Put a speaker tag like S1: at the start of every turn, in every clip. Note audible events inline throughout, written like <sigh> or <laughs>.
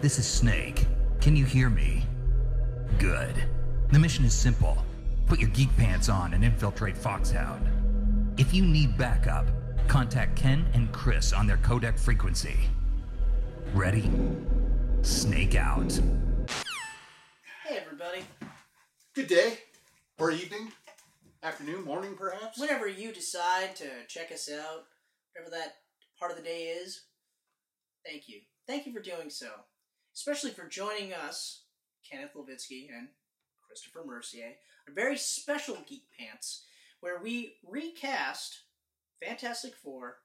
S1: This is Snake. Can you hear me? Good. The mission is simple put your geek pants on and infiltrate Foxhound. If you need backup, contact Ken and Chris on their codec frequency. Ready? Snake out.
S2: Hey, everybody.
S3: Good day, or evening, afternoon, morning, perhaps.
S2: Whenever you decide to check us out, whatever that part of the day is, thank you. Thank you for doing so. Especially for joining us, Kenneth Levitsky and Christopher Mercier, on a very special Geek Pants, where we recast Fantastic Four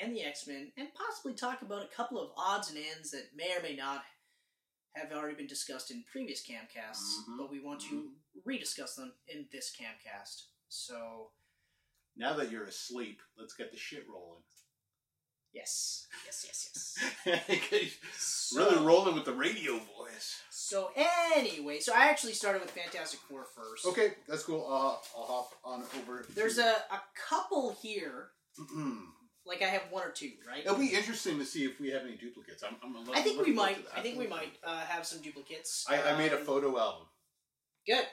S2: and the X Men and possibly talk about a couple of odds and ends that may or may not have already been discussed in previous camcasts,
S3: Mhm,
S2: but we want to rediscuss them in this camcast. So,
S3: Now that you're asleep, let's get the shit rolling. <laughs>
S2: yes. Yes, yes, yes. So-
S3: really rolling with the radio voice.
S2: So anyway, so I actually started with Fantastic Four first.
S3: Okay, that's cool. Uh, I'll hop on over.
S2: There's
S3: <clears throat>
S2: a, a couple here.
S3: It'll
S2: Like I have one or two, right?
S3: be interesting to see if we have any duplicates. I'm. I'm
S2: I think we
S3: looking forward
S2: might.
S3: to that.
S2: I think we might uh, have some duplicates.
S3: I, I made a
S2: Um,
S3: photo album,
S2: Good.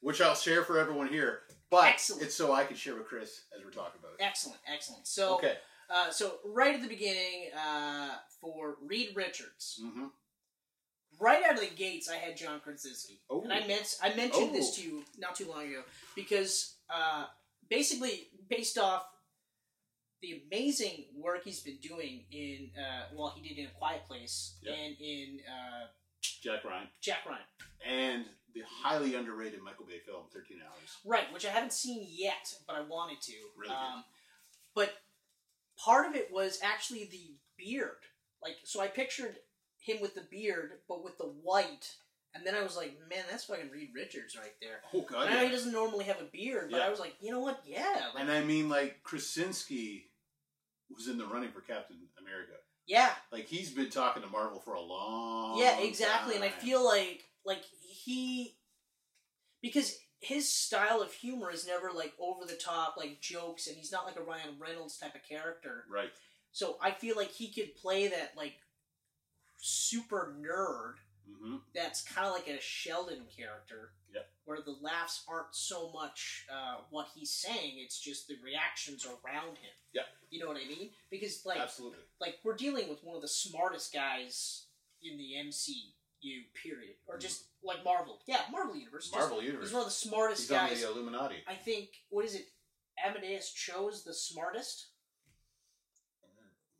S3: which I'll share for everyone here. But
S2: Excellent.
S3: it's so I can share with Chris as we're talking about it.
S2: Excellent. Excellent. So,
S3: Okay.
S2: uh, so right at the beginning, uh, for Reed Richards,
S3: Mm-hmm.
S2: right out of the gates, I had John Krasinski,
S3: Oh.
S2: and I meant I mentioned this
S3: Oh.
S2: to you not too long ago because uh, basically based off the amazing work he's been doing in uh, well he did in A Quiet Place
S3: Yeah.
S2: and in uh,
S3: Jack Ryan
S2: Jack Ryan,
S3: and the highly underrated Michael Bay film, Thirteen Hours.
S2: right? Which I haven't seen yet, but I wanted to.
S3: Really good.
S2: um, but part of it was actually the beard. Like so, I pictured him with the beard, but with the white. And then I was like, man, that's fucking Reed Richards right there.
S3: Oh God!
S2: I know
S3: yeah.
S2: he doesn't normally have a beard, but
S3: Yeah.
S2: I was like, you know what? Yeah, like,
S3: And I mean, like Krasinski was in the running for Captain America.
S2: yeah,
S3: Like he's been talking to Marvel for a long.
S2: yeah, exactly. And I
S3: time.
S2: feel like like he because his style of humor is never like over the top, like jokes, and he's not like a Ryan Reynolds type of character.
S3: right.
S2: So I feel like he could play that like super nerd
S3: hmm
S2: that's kind of like a Sheldon character.
S3: Yeah.
S2: Where the laughs aren't so much uh, what he's saying; it's just the reactions around him.
S3: Yeah.
S2: you know what I mean? Because like
S3: Absolutely.
S2: like we're dealing with one of the smartest guys in the MCU period, or just like Marvel. Yeah, Marvel Universe. just-
S3: Mm. Marvel Universe.
S2: He's one of the smartest
S3: He's on
S2: guys.
S3: the uh, Illuminati.
S2: I think. What is it? Amadeus chose the smartest.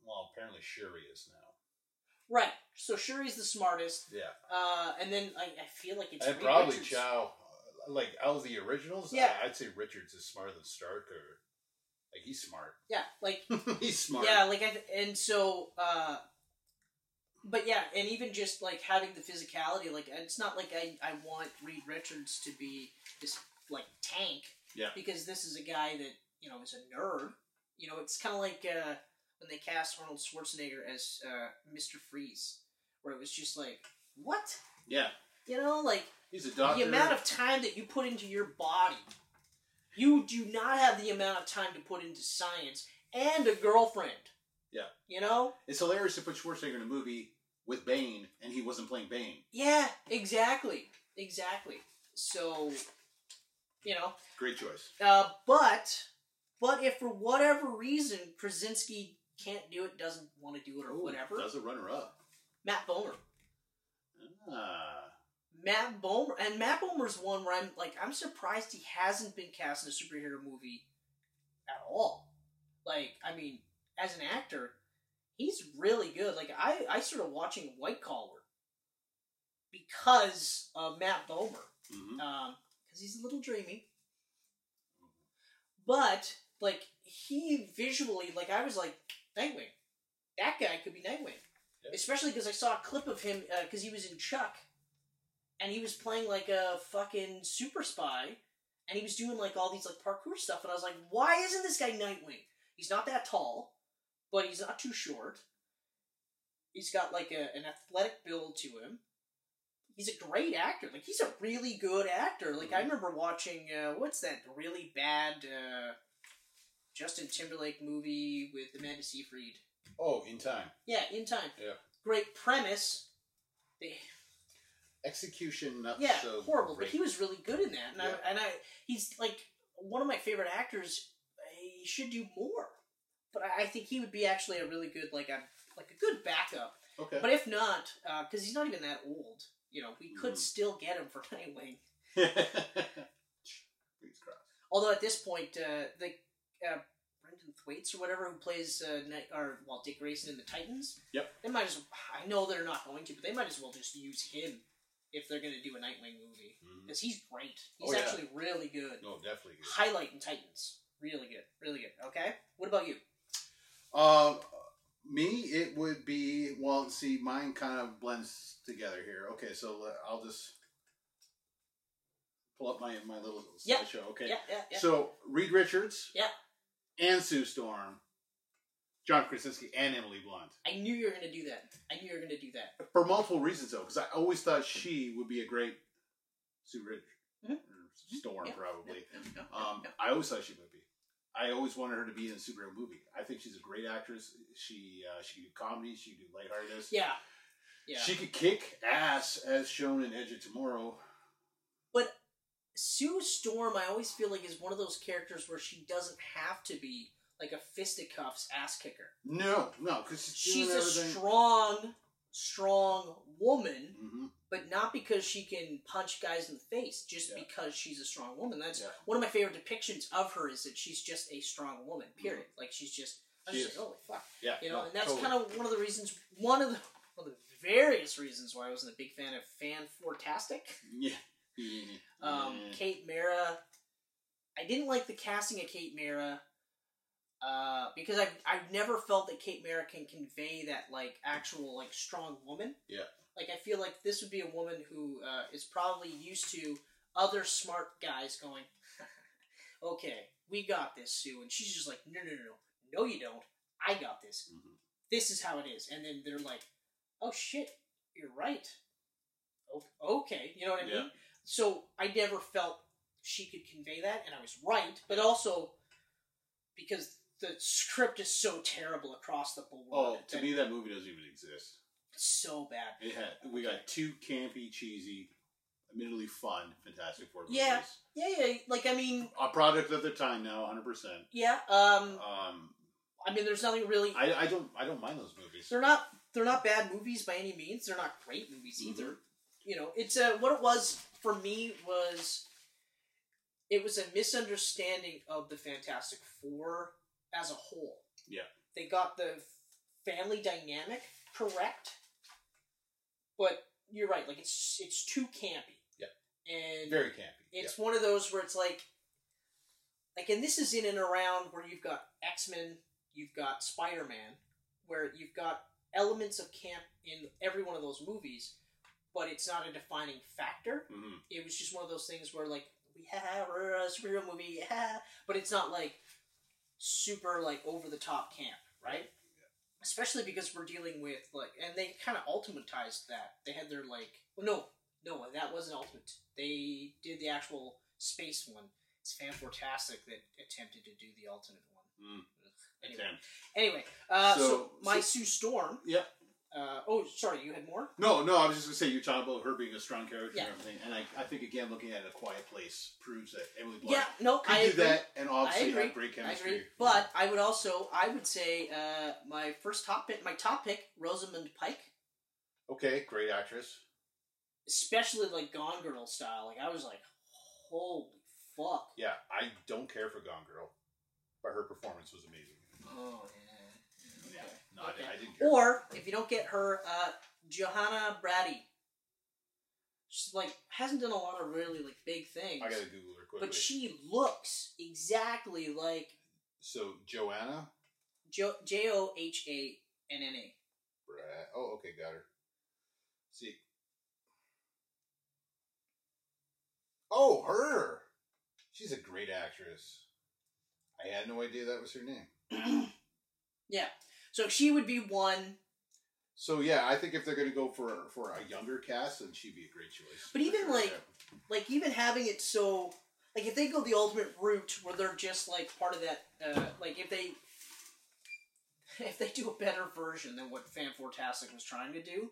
S3: Well, apparently Shuri is now.
S2: Right. So Shuri's the smartest,
S3: Yeah,
S2: uh, and then I, I feel like it's
S3: and
S2: Reed
S3: probably
S2: Richards.
S3: Chow. Like out of the originals,
S2: Yeah.
S3: I, I'd say Richards is smarter than Stark, or like he's smart.
S2: Yeah, like
S3: <laughs> he's smart.
S2: yeah, like I, and so. Uh, but yeah, and even just like having the physicality, like it's not like I, I want Reed Richards to be this like tank.
S3: Yeah.
S2: Because this is a guy that you know is a nerd. You know, it's kind of like uh, when they cast Arnold Schwarzenegger as uh, Mister Freeze, where it was just like, what
S3: yeah.
S2: you know, like
S3: He's a doctor.
S2: the amount of time that you put into your body you do not have the amount of time to put into science and a girlfriend
S3: Yeah.
S2: you know
S3: it's hilarious to put Schwarzenegger in a movie with Bane, and he wasn't playing Bane.
S2: yeah exactly exactly so you know
S3: Great choice.
S2: uh, but but if for whatever reason krasinski can't do it doesn't want to do it or
S3: Ooh,
S2: whatever
S3: Does a runner up.
S2: matt bomer
S3: Ah,
S2: matt bomer and matt bomer's one where i'm like i'm surprised he hasn't been cast in a superhero movie at all. Like, I mean, as an actor, he's really good. Like, I, I started watching White Collar because of Matt Bomer,
S3: mhm.
S2: because Um, he's a little dreamy. But, like, he visually, like, I was like, Nightwing. That guy could be Nightwing.
S3: Yeah.
S2: Especially because I saw a clip of him, because he was in Chuck, and he was playing, like, a fucking super spy and he was doing like all these like parkour stuff, and I was like, why isn't this guy Nightwing? He's not that tall, but he's not too short. He's got like a, an athletic build to him. He's a great actor. Like he's a really good actor. Like
S3: Mm-hmm.
S2: I remember watching uh, what's that really bad uh, Justin Timberlake movie with Amanda Seyfried.
S3: Oh, in time.
S2: Yeah, in time.
S3: Yeah.
S2: Great premise, They,
S3: Execution not
S2: yeah,
S3: so
S2: horrible.
S3: great.
S2: But he was really good in that, and
S3: Yeah.
S2: I and I he's like one of my favorite actors. He should do more, but I, I think he would be actually a really good like a like a good backup.
S3: okay. <laughs>
S2: But if not, because he's not even that old, you know, we could
S3: Mhm.
S2: still get him for <laughs> Nightwing.
S3: Please cross.
S2: Although at this point, uh, the uh, Brendan Thwaites or whatever who plays uh, Night, or well Dick Grayson in the Titans.
S3: Yep.
S2: They might as I know they're not going to, but they might as well just use him if they're going to do a Nightwing movie
S3: Mm-hmm.
S4: Mhm.
S2: because he's great. He's
S4: Oh, yeah.
S2: actually really good.
S4: No, definitely. good.
S2: Highlight in Titans, really good, really good. Okay, what about you?
S3: Um, me, it would be well. See, mine kind of blends together here. Okay, so le- I'll just pull up my my little
S2: Yeah.
S3: slideshow. Okay,
S2: Yeah, yeah, yeah.
S3: so Reed Richards,
S2: Yeah.
S3: and Sue Storm, John Krasinski, and Emily Blunt
S2: I knew you were going to do that. I knew you were going to do
S3: <laughs>
S2: that.
S3: for multiple reasons though, because I always thought she would be a great Sue Richards
S2: Mhm.
S3: or Storm
S2: Yeah.
S3: probably.
S2: No, no, no,
S3: Um,
S2: no.
S3: I always thought she would be. I always wanted her to be in a superhero movie. I think she's a great actress. She uh, she could do comedy. She could do lightheartedness.
S2: Yeah, yeah.
S3: She could kick ass, as shown in Edge of Tomorrow.
S2: Sue Storm, I always feel like is one of those characters where she doesn't have to be like a fisticuffs ass kicker.
S3: No, no, because
S2: She's a strong, strong woman,
S3: hmm
S2: but not because she can punch guys in the face, just
S3: Yeah.
S2: because she's a strong woman. That's
S3: Yeah.
S2: one of my favorite depictions of her is that she's just a strong woman. Period. Like she's just, I was
S3: Mm-hmm. She
S2: just
S3: is.
S2: like, holy fuck,
S3: Yeah,
S2: you know.
S3: no,
S2: and that's
S3: totally.
S2: kind of one of the reasons, one of the, one of the various reasons why I wasn't a big fan of Fan Fortastic.
S3: <laughs> yeah. yeah. Mm-hmm.
S2: Um, Kate Mara. I didn't like the casting of Kate Mara uh, because I've, I've never felt that Kate Mara can convey that, like, actual, like, strong woman.
S4: Yeah.
S2: Like, I feel like this would be a woman who uh, is probably used to other smart guys going, <laughs> okay, we got this, Sue. And she's just like, no, no, no, no. No, you don't. I got this
S3: Mhm.
S2: this is how it is. And then they're like, oh shit, you're right. O- okay, you know what I mean?
S3: Yeah.
S2: So I never felt she could convey that, and I was right, but also because the script is so terrible across the board.
S3: Oh, to
S2: that
S3: me, that movie doesn't even exist.
S2: it's so bad.
S3: It had we got two campy, cheesy, admittedly fun, Fantastic Four movies.
S2: Yeah. Yeah, yeah, like, I mean,
S3: a product of their time now, hundred percent.
S2: yeah, um,
S3: Um,
S2: I mean, there's nothing really.
S3: I, I don't I don't mind those movies.
S2: they're not they're not bad movies by any means. They're not great movies either. You know, it's uh what it was for me was it was a misunderstanding of the Fantastic Four as a whole.
S3: Yeah.
S2: They got the family dynamic correct, but you're right. Like it's it's too campy.
S4: Yeah.
S2: And
S4: Very campy.
S2: it's one of those where it's like, like, and this is in and around where you've got X Men, you've got Spider Man, where you've got elements of camp in every one of those movies, but it's not a defining factor.
S3: hmm
S2: It was just one of those things where like, we have we're a superhero movie, yeah, but it's not like super like over the top camp, right? Especially because we're dealing with like, and they kind of ultimatized that. They had their like, well, no, no, that wasn't ultimate. They did the actual space one. It's Fantastic that attempted to do the alternate one.
S3: Mm.
S2: Ugh. Anyway, anyway, uh, so,
S3: So-
S2: my
S3: so-
S2: Sue Storm.
S3: Yeah.
S2: Uh, oh, sorry, you had more.
S3: No, no, I was just gonna say you're talking about her being a strong character
S2: Yeah.
S3: and everything, and I, I think again looking at a quiet place proves that Emily Blunt
S2: Yeah, no,
S3: could
S2: I
S3: do
S2: agree.
S3: that and obviously
S2: agree.
S3: have great
S2: I
S3: chemistry.
S2: agree. But I would also, I would say, uh, my first top pick, my top pick, Rosamund Pike,
S4: okay, great actress.
S2: especially like Gone Girl style. Like I was like, holy fuck.
S4: Yeah, I don't care for Gone Girl, but her performance was amazing.
S2: Oh
S3: yeah, no, I, I didn't
S2: yeah.
S3: care.
S2: Or if you don't get her, uh, Johanna Brady. She's like hasn't done a lot of really like big things,
S4: I gotta Google her quickly.
S2: but she looks exactly like
S4: so Joanna.
S2: Jo- J O H A N N A.
S4: Brad. Oh, okay, got her. See. Oh, her. She's a great actress. I had no idea that was her name.
S2: Yeah. So she would be one,
S4: So yeah, I think if they're gonna go for for a younger cast, then she'd be a great choice.
S2: But even,
S4: For sure,
S2: like- like even having it so like if they go the ultimate route where they're just like part of that uh like if they <laughs> if they do a better version than what Fan Fantastic was trying to do,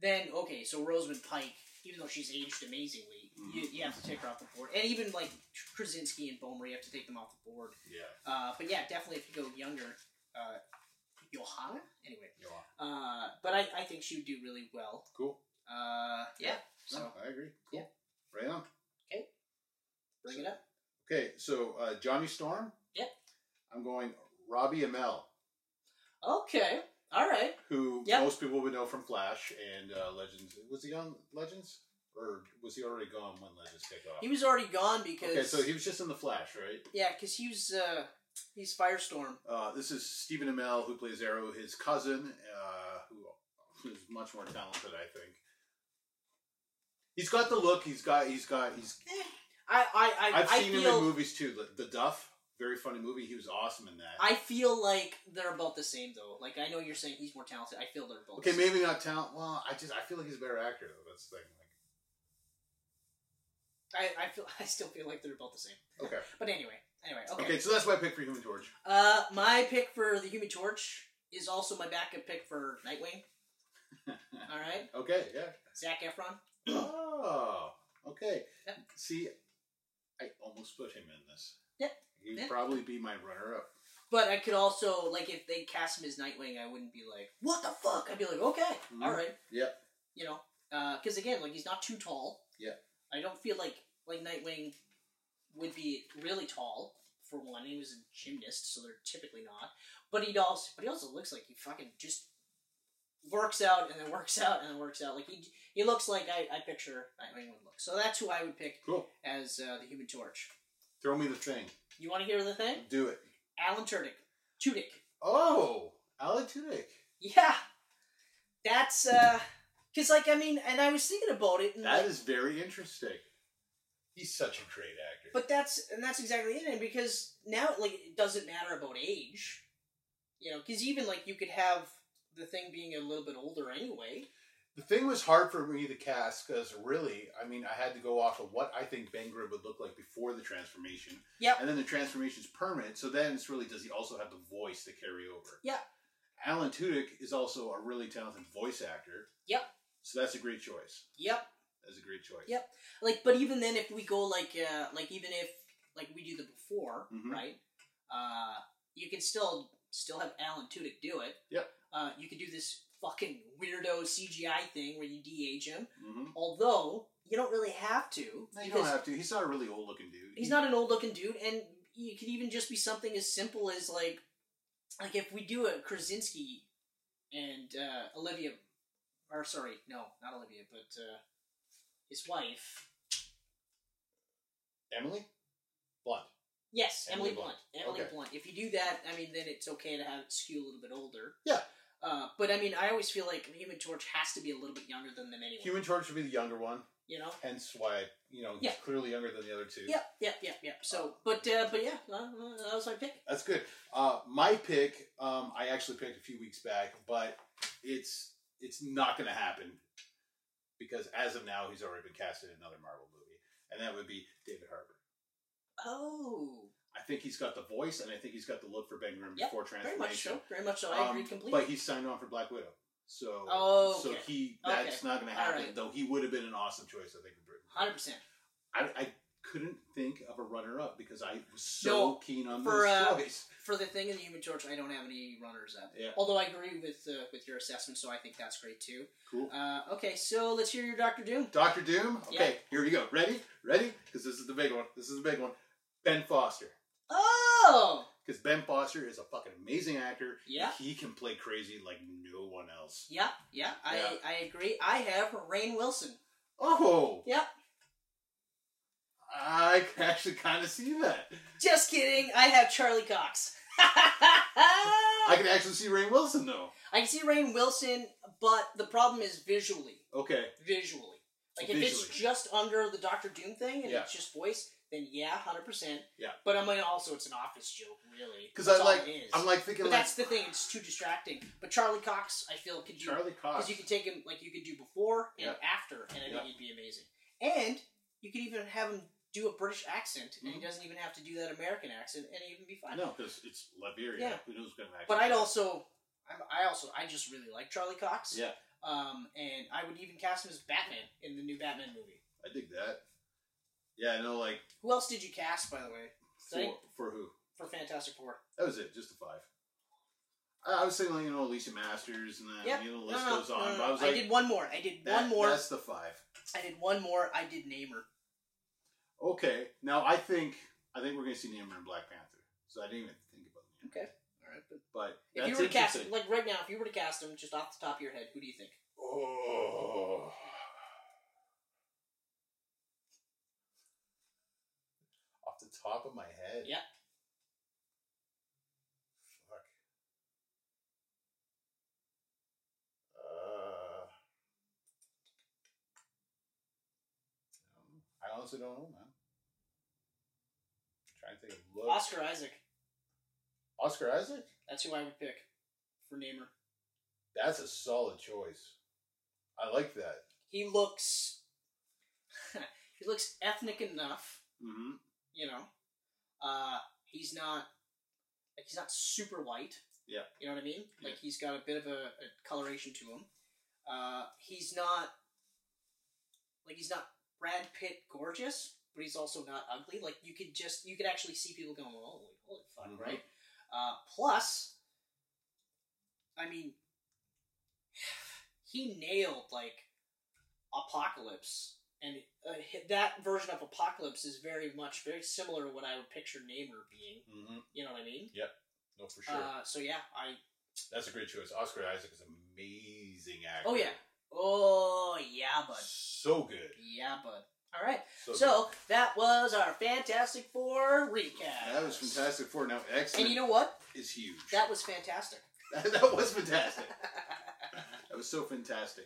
S2: then okay, so Rosamund Pike, even though she's aged amazingly, you, you have to take her off the board, and even like Krasinski and Bomer, you have to take them off the board.
S4: Yeah.
S2: Uh, but yeah, definitely if you go younger, uh, Johanna. Anyway,
S4: You are.
S2: uh, but I, I think she would do really well.
S3: Cool.
S2: Uh, yeah. So
S3: No, I agree. Cool.
S2: Yeah.
S3: Right on.
S2: bring it up.
S3: Okay, so uh, Johnny Storm.
S2: Yep.
S3: I'm going Robbie Amell,
S2: Okay. All right.
S3: who
S2: Yep.
S3: most people would know from Flash and uh, Legends. Was he on Legends, or was he already gone when Legends kicked off?
S2: He was already gone because
S3: okay, so he was just in the Flash, right?
S2: yeah, because he was uh, he's Firestorm.
S3: Uh, this is Stephen Amell, who plays Arrow, his cousin, uh, who is much more talented, I think. He's got the look. He's got. He's got. He's.
S2: I I I,
S3: I've
S2: I
S3: seen
S2: feel
S3: him in movies too. The, the Duff, very funny movie. He was awesome in that.
S2: I feel like they're about the same though. Like I know you're saying he's more talented. I feel they're both.
S3: Okay,
S2: the same.
S3: maybe not talent. Well, I just I feel like he's a better actor though. That's the thing. Like,
S2: I I feel <laughs> I still feel like they're about the same.
S3: okay,
S2: But anyway, anyway, okay.
S3: okay. So that's my pick for Human Torch.
S2: Uh, my pick for the Human Torch is also my backup pick for
S3: <laughs>
S2: Nightwing. All right,
S3: Okay, yeah.
S2: Zach Efron.
S3: Oh, okay.
S2: Yeah.
S3: See, I almost put him in this.
S2: Yeah.
S3: He'd
S2: Yeah.
S3: probably be my runner-up.
S2: But I could also like if they cast him as Nightwing, I wouldn't be like, what the fuck? I'd be like, okay,
S3: Mhm.
S2: all right.
S3: Yep.
S2: You know, because again, like he's not too tall.
S3: Yeah.
S2: I don't feel like like Nightwing would be really tall for one. He was a gymnast, so they're typically not. But he also, but he also looks like he fucking just works out and then works out and then works out. Like he he looks like I, I picture Nightwing would look. So that's who I would pick
S3: Cool.
S2: as uh, the Human Torch.
S3: Throw me the thing.
S2: You want to hear the thing?
S3: Do it.
S2: Alan Tudyk. Tudyk.
S3: Oh, Ali Tudyk.
S2: Yeah, that's uh, cause like I mean, and I was thinking about it. And like,
S3: That is very interesting.
S4: He's such a great actor.
S2: But that's and that's exactly it, and because now like it doesn't matter about age, you know, because even like you could have the thing being a little bit older anyway.
S3: The thing was hard for me to cast because really, I mean, I had to go off of what I think Ben Grimm would look like before the transformation.
S2: Yep.
S3: And then the transformation's permanent, so then it's really does he also have the voice to carry over?
S2: Yeah.
S3: Alan Tudyk is also a really talented voice actor.
S2: Yep.
S3: So that's a great choice.
S2: Yep,
S3: That's a great choice.
S2: Yep. like but even then, if we go like uh like even if like we do the before
S3: Mhm.
S2: right, uh, you can still still have Alan Tudyk do it.
S3: Yep.
S2: Uh, you could do this fucking weirdo CGI thing where you de-age him,
S3: hmm
S2: although you don't really have to
S3: No, you don't have to. He's not a really old looking dude.
S2: He's not an old looking dude, and it could even just be something as simple as like, like if we do a Krasinski and uh, Olivia, or sorry, no, not Olivia, but uh, his wife.
S3: Emily? Blunt.
S2: Yes, Emily,
S4: Emily
S2: Blunt.
S4: Blunt.
S2: Emily
S3: Okay.
S2: Blunt. If you do that, I mean, then it's okay to have it skew a little bit older.
S3: Yeah.
S2: Uh, but I mean, I always feel like the Human Torch has to be a little bit younger than them anyway.
S3: Human Torch would be the younger one,
S2: you know.
S3: hence why, you know, he's
S2: Yeah.
S3: clearly younger than the other two.
S2: Yep, yep, yep, yep. So,
S3: Oh.
S2: but uh, but yeah, uh, uh, that was my pick.
S3: That's good. Uh, my pick, um, I actually picked a few weeks back, but it's it's not going to happen because as of now, he's already been cast in another Marvel movie, and that would be David Harbour.
S2: Oh,
S3: I think he's got the voice, and I think he's got the look for Ben Grimm
S2: Yep,
S3: before
S2: very
S3: transformation.
S2: much so. Very much so. I agree
S3: Um,
S2: completely.
S3: But he's signed on for Black Widow, so
S2: Oh,
S3: so
S2: okay.
S3: he that's
S2: Okay.
S3: not going to happen.
S2: Alright.
S3: Though he would have been an awesome choice, I think. for Britain.
S2: Hundred percent.
S3: I, I couldn't think of a runner up because I was so
S2: No,
S3: keen on
S2: for,
S3: this
S2: uh,
S3: choice.
S2: For the thing in the Human Torch, I don't have any runners up.
S3: Yeah.
S2: Although I agree with uh, with your assessment, so I think that's great too.
S3: Cool.
S2: Uh, okay, so let's hear your Doctor Doom.
S3: Doctor Doom. Okay,
S2: Yeah.
S3: here we go. Ready? Ready? Because this is the big one. This is the big one. Ben Foster.
S2: Oh,
S3: Because Ben Foster is a fucking amazing actor.
S2: Yeah.
S3: He can play crazy like no one else.
S2: yeah, yeah. I
S3: Yeah.
S2: I agree. I have Rain Wilson.
S3: Oh.
S2: Yep.
S3: I <laughs> can actually kind of see that.
S2: Just kidding. I have Charlie Cox. <laughs>
S3: I
S2: I
S3: can actually see Ray Wilson though.
S2: can see Rain Wilson, but the problem is visually.
S3: Okay.
S2: Visually. Like if it's
S3: Visually.
S2: just under the Doctor Doom thing and
S3: Yeah.
S2: it's just voice, then yeah, hundred percent.
S3: Yeah.
S2: But I mean, also it's an office joke, really.
S3: Because
S2: That's
S3: I
S2: all
S3: like.
S2: it is.
S3: I'm like thinking
S2: But
S3: like
S2: that's the thing; it's too distracting. But Charlie Cox, I feel, could do
S3: Charlie Cox.
S2: because you could take him like you could do before and
S3: Yeah.
S2: after, and I think
S3: Yeah.
S2: he'd be amazing. And you could even have him do a British accent, and he doesn't even have to do that American accent, and he'd even be fine.
S3: Mm-hmm. no, because it's Liberia.
S2: Yeah.
S3: Who knows what's going to happen?
S2: But I'd also, I'm, I also, I just really like Charlie Cox.
S3: Yeah.
S2: Um, and I would even cast him as Batman in the new Batman movie.
S3: I
S2: <laughs>
S3: dig that. Yeah, I know. Like
S2: Who else did you cast, by the way?
S3: for,
S2: Sorry?
S3: for who?
S2: For Fantastic Four.
S3: That was it. Just the five. I, I was saying, like, you know, Alicia Masters, and then
S2: Yeah.
S3: you know,
S2: No,
S3: the list
S2: no,
S3: goes
S2: no,
S3: on.
S2: no,
S3: But I was
S2: I
S3: like,
S2: did one more. I did
S3: that-
S2: one more.
S3: That's the five.
S2: I did one more. I did Namer.
S3: Okay, now I think I think we're gonna see Namor in Black Panther. So I didn't even think about Namor.
S2: Okay. All right. But
S3: But
S2: if
S3: that's
S2: you were to cast him,
S3: interesting.
S2: like right now, if you were to cast him just off the top of your head, who do you think?
S4: Oh.
S3: off the top of my head.
S2: Yeah.
S3: Fuck. Uh, I honestly don't know, man. trying to think of look.
S2: Oscar Isaac.
S3: Oscar Isaac?
S2: That's who I would pick for Namer.
S3: That's a solid choice. I like that.
S2: He looks. <laughs> he looks ethnic enough.
S3: Mm-hmm.
S2: you know. Uh, he's not like he's not super white.
S3: Yeah.
S2: You know what I mean?
S3: Yeah.
S2: Like he's got a bit of a, a coloration to him. Uh, he's not like he's not Brad Pitt gorgeous, but he's also not ugly. Like you could just you could actually see people going, "Oh, holy fuck!"
S3: Mhm.
S2: Right? Uh, plus, I mean, he nailed like Apocalypse and uh, hi- that version of Apocalypse is very much very similar to what I would picture Namor being.
S3: Mm-hmm.
S2: You know what I mean?
S3: No, for sure.
S2: Uh, so yeah, I
S3: That's a great choice. Oscar Isaac is an amazing actor.
S2: oh yeah, oh yeah, bud,
S3: So good.
S2: yeah, bud. All right,
S3: So, good.
S2: so that was our Fantastic Four recap.
S3: that was Fantastic Four. Now X
S2: And
S3: Men
S2: you know what?
S3: is huge.
S2: That was fantastic.
S3: <laughs> that was fantastic. that was so fantastic.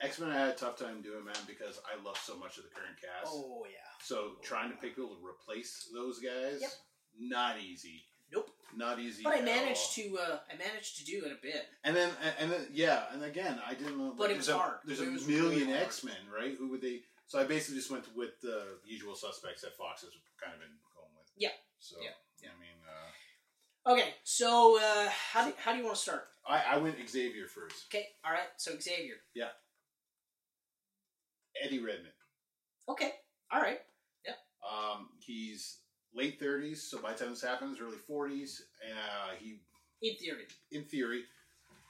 S3: X Men I had a tough time doing, man, because I love so much of the current cast.
S2: oh yeah.
S3: So trying to pick people to replace those guys,
S2: Yep.
S3: not easy.
S2: Nope.
S3: Not easy.
S2: But I
S3: at
S2: managed
S3: all.
S2: to uh, I managed to do it a bit.
S3: And then, and then, yeah, and again, I didn't know.
S2: But it
S3: there's
S2: was
S3: a,
S2: hard.
S3: There's
S2: It
S3: a
S2: was
S3: million
S2: really hard.
S3: X Men, right? Who would they? So I basically just went with the usual suspects that Fox has kind of been going with.
S2: Yeah.
S3: So
S2: Yeah.
S3: I mean, uh,
S2: Okay, so uh, how do how do you want to start?
S3: I I went Xavier first.
S2: Okay, all right. So Xavier.
S3: Eddie Redmond.
S2: Okay, all right.
S3: Um, he's late thirties, so by the time this happens, early forties. Uh, he,
S2: In theory.
S3: in theory,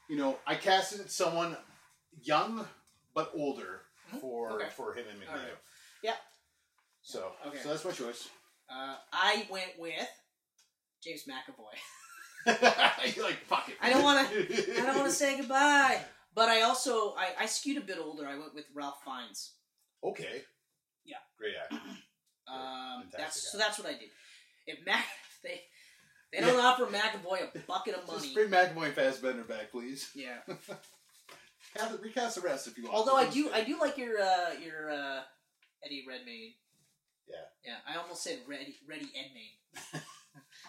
S3: you know, I casted someone young but older
S2: Mhm.
S3: for
S2: Okay.
S3: for him and
S2: All
S3: McNeil.
S2: right. Yeah.
S3: So
S2: Okay.
S3: so that's my choice.
S2: Uh, I went with James McAvoy.
S3: <laughs> You're like, fuck it.
S2: I don't wanna-
S3: to.
S2: I don't <laughs>
S3: <laughs>
S2: want to say goodbye, but I also I, I skewed a bit older. I went with Ralph Fiennes.
S3: Okay.
S2: Yeah.
S3: Great actor.
S2: Um,
S3: Fantastic
S2: that's so.
S3: guy.
S2: That's what I did. If Mac <laughs> if they they don't offer McAvoy a bucket of
S3: Just
S2: money.
S3: bring McAvoy and Fassbender back, please.
S2: <laughs> Yeah.
S3: Have it- recast the rest if you want.
S2: Although I do I do like your uh, your uh, Eddie Redmayne.
S3: Yeah.
S2: Yeah. I almost said Reddy Reddy Edmayne.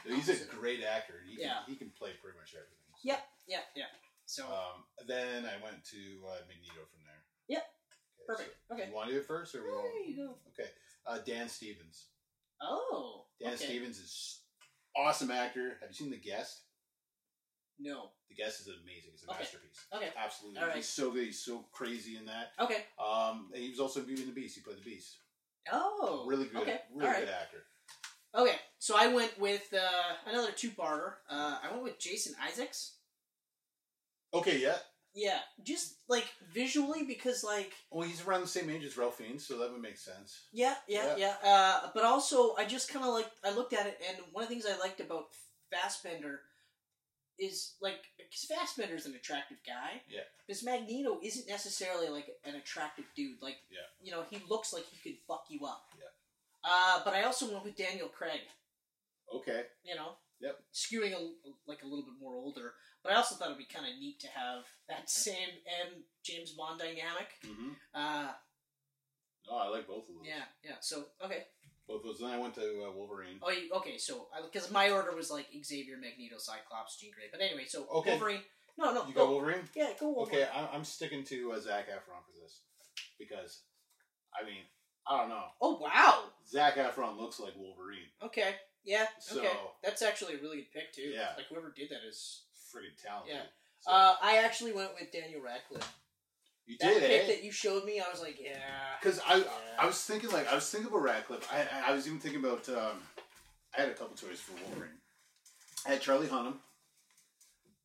S3: He's a great actor. He can,
S2: Yeah.
S3: he can play pretty much everything. So,
S2: Yep. Yeah. Yeah. So
S3: Um, then I went to uh, Magneto from there.
S2: Yep.
S3: Okay,
S2: perfect.
S3: so-
S2: Okay.
S3: You want to do it first, or we
S2: Oh, there
S3: won't?
S2: you go.
S3: Okay. Uh, Dan Stevens.
S2: Oh.
S3: Dan
S2: okay.
S3: Stevens is awesome actor. Have you seen The Guest?
S2: No.
S3: The Guest is amazing. It's a
S2: Okay.
S3: masterpiece.
S2: Okay.
S3: Absolutely.
S2: All right.
S3: He's so good. He's so crazy in that.
S2: Okay.
S3: Um, and he was also in Beauty and the Beast. He played the Beast.
S2: Oh.
S3: really good,
S2: Okay.
S3: really
S2: All right.
S3: good actor.
S2: Okay, so I went with uh, another two-parter. Uh, I went with Jason Isaacs.
S3: Okay, yeah.
S2: Yeah, just like visually because like
S3: Well, he's around the same age as Ralph Fiennes, so that would make sense.
S2: yeah, yeah, yeah. Uh, but also, I just kind of like I looked at it, and one of the things I liked about Fassbender is like because Fassbender's an attractive guy.
S3: Yeah.
S2: Because Magneto isn't necessarily like an attractive dude. Like
S3: Yeah.
S2: you know, he looks like he could fuck you up.
S3: Yeah.
S2: Uh, but I also went with Daniel Craig.
S3: Okay,
S2: you know.
S3: Yep.
S2: Skewing a, like a little bit more older, but I also thought it'd be kind of neat to have that <laughs> Sam and James Bond dynamic.
S3: mm-hmm.
S2: Uh,
S3: no, I like both of those.
S2: yeah, yeah. So okay,
S3: both of those. Then I went to uh, Wolverine.
S2: oh, you, okay. So because my order was like Xavier, Magneto, Cyclops, Jean Grey, but anyway, so
S3: Okay.
S2: Wolverine. No, no,
S3: You
S2: go.
S3: got Wolverine?
S2: Yeah, go Oh, Wolverine.
S3: Okay, I- I'm sticking to uh, Zach Efron for this because, I mean, I don't know.
S2: Oh wow.
S3: Zach Efron looks like Wolverine.
S2: Okay. Yeah.
S3: So-
S2: okay. That's actually a really good pick too.
S3: Yeah.
S2: Like whoever did that is. uh,
S3: Friggin' talented.
S2: Yeah.
S3: So,
S2: Uh, I actually went with Daniel Radcliffe.
S3: You
S2: That
S3: did,
S2: pic
S3: eh?
S2: that you showed me, I was like, yeah.
S3: Because I,
S2: Yeah.
S3: I was thinking like I was thinking about Radcliffe. I, I, I was even thinking about. Um, I had a couple choices for Wolverine. I had Charlie Hunnam,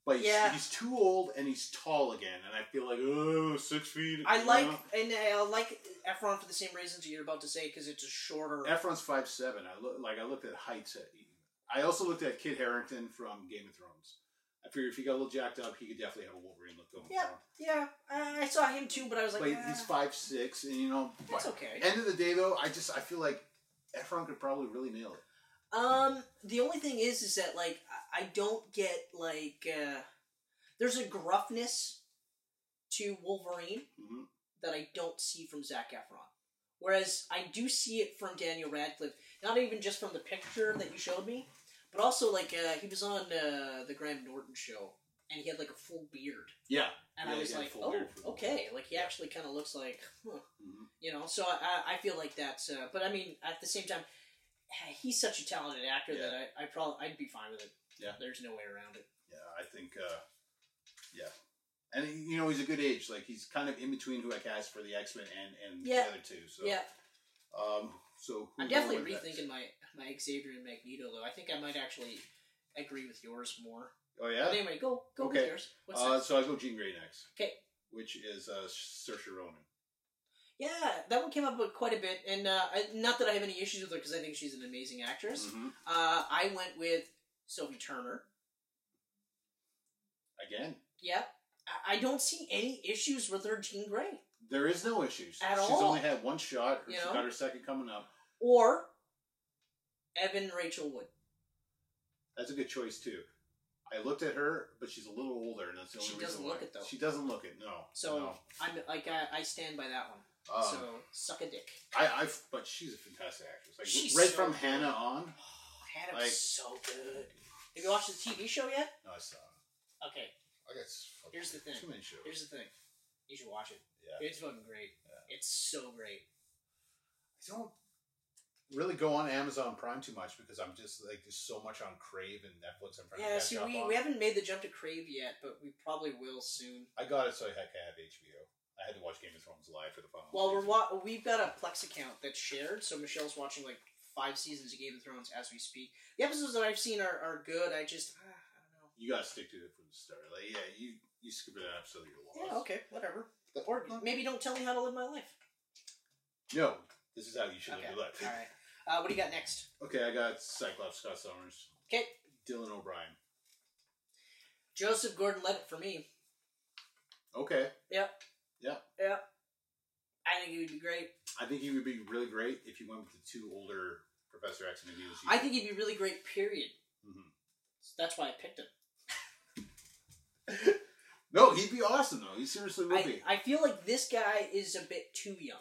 S3: but he's,
S2: Yeah.
S3: he's too old and he's tall again, and I feel like oh six feet.
S2: I
S3: you
S2: like
S3: know?
S2: and uh, I like Efron for the same reasons you're about to say because it's a shorter.
S3: Efron's five seven. I look like I looked at heights. At, I also looked at Kid Harrington from Game of Thrones. I figure if he got a little jacked up, he could definitely have a Wolverine look going.
S2: Yeah,
S3: for him.
S2: yeah, uh, I saw him too, but I was like,
S3: but
S2: "Ah,
S3: he's five six, and you know.
S2: that's
S3: but
S2: okay.
S3: End of the day, though, I just I feel like Efron could probably really nail it.
S2: Um, the only thing is, is that like I- I don't get like uh, there's a gruffness to Wolverine
S3: hmm
S2: that I don't see from Zach Efron, whereas I do see it from Daniel Radcliffe. Not even just from the picture that you showed me, but also like uh, he was on uh, the Graham Norton show and he had like a full beard,
S3: Yeah.
S2: and
S3: Yeah,
S2: I was
S3: he had a
S2: like,
S3: full
S2: oh,
S3: beard for the-
S2: okay, like he actually kind of looks like, huh.
S3: Mhm.
S2: you know. So I, I- I feel like that's, uh, but I mean, at the same time, he's such a talented actor that I, I probably I'd be fine with it.
S3: Yeah.
S2: there's no way around it.
S3: Yeah, I think. Uh, yeah, and he- you know he's a good age. Like he's kind of in between who I cast for the X Men and and
S2: Yeah.
S3: the other two. So
S2: yeah,
S3: Um. So who
S2: I'm
S3: do
S2: definitely
S3: I want next?
S2: rethinking my my Xavier and Magneto though. I think I might actually agree with yours more.
S3: Oh
S2: But
S3: yeah.
S2: anyway, go go with
S3: Okay.
S2: yours. What's
S3: Uh,
S2: that?
S3: so I go Jean Grey next.
S2: 'Kay.
S3: Which is uh, Saoirse Ronan.
S2: Yeah, that one came up quite a bit, and uh, I, not that I have any issues with her because I think she's an amazing
S3: Mm.
S2: actress.
S3: Mm-hmm.
S2: Uh, I went with Sophie Turner.
S3: Again,
S2: Yeah, I, I don't see any issues with her Jean Grey.
S3: there is no issues.
S2: At
S3: She's
S2: all.
S3: only had one shot.
S2: You
S3: She's
S2: know?
S3: got her second coming up.
S2: or Evan Rachel Wood.
S3: That's a good choice too. I looked at her, but she's a little older, and that's the only
S2: She
S3: reason
S2: doesn't
S3: why.
S2: look it, though.
S3: She doesn't look it. No.
S2: So
S3: no.
S2: I'm like I, I stand by that one.
S3: Um,
S2: so suck a dick.
S3: I, I, but she's a fantastic actress. Like
S2: She's
S3: right
S2: so
S3: from
S2: good.
S3: Hannah on.
S2: Oh, Hannah
S3: like-
S2: was so good. Have you watched the TV show yet?
S3: No, I saw.
S2: Okay,
S4: I guess. fuck,
S2: here's the thing.
S3: Too many shows.
S2: Here's the thing. You should watch it.
S3: Yeah.
S2: It's fucking great.
S3: Yeah.
S2: It's so great.
S3: I don't really go on Amazon Prime too much because I'm just like there's so much on Crave and Netflix. I'm trying
S2: Yeah.
S3: to catch
S2: See,
S3: up
S2: we,
S3: on.
S2: we haven't made the jump to Crave yet, but we probably will soon.
S3: I got it, so I had to have HBO. I had to watch Game of Thrones live for the final.
S2: Well, we're
S3: season.
S2: wa- we've got a Plex account that's shared, so Michelle's watching like five seasons of Game of Thrones as we speak. The episodes that I've seen are, are good. I just ah, I don't know.
S3: you gotta stick to it from the start. Like, yeah, you you skip that episode, you're lost.
S2: Yeah, okay, whatever.
S3: That-
S2: Or maybe don't tell me how to live my life.
S3: No, this is how you should
S2: Okay,
S3: live your life.
S2: all right. Uh, what do you got next?
S3: Okay, I got Cyclops, Scott Summers,
S2: Okay,
S3: Dylan O'Brien.
S2: Joseph Gordon-Levitt for me.
S3: Okay,
S2: I think he would be great.
S3: I think he would be really great if you went with the two older Professor X and the Mutant
S2: I think he'd be really great. Period.
S3: Mhm.
S2: That's why I picked him.
S3: No, he'd be awesome though. He seriously would
S2: I,
S3: be.
S2: I feel like this guy is a bit too young.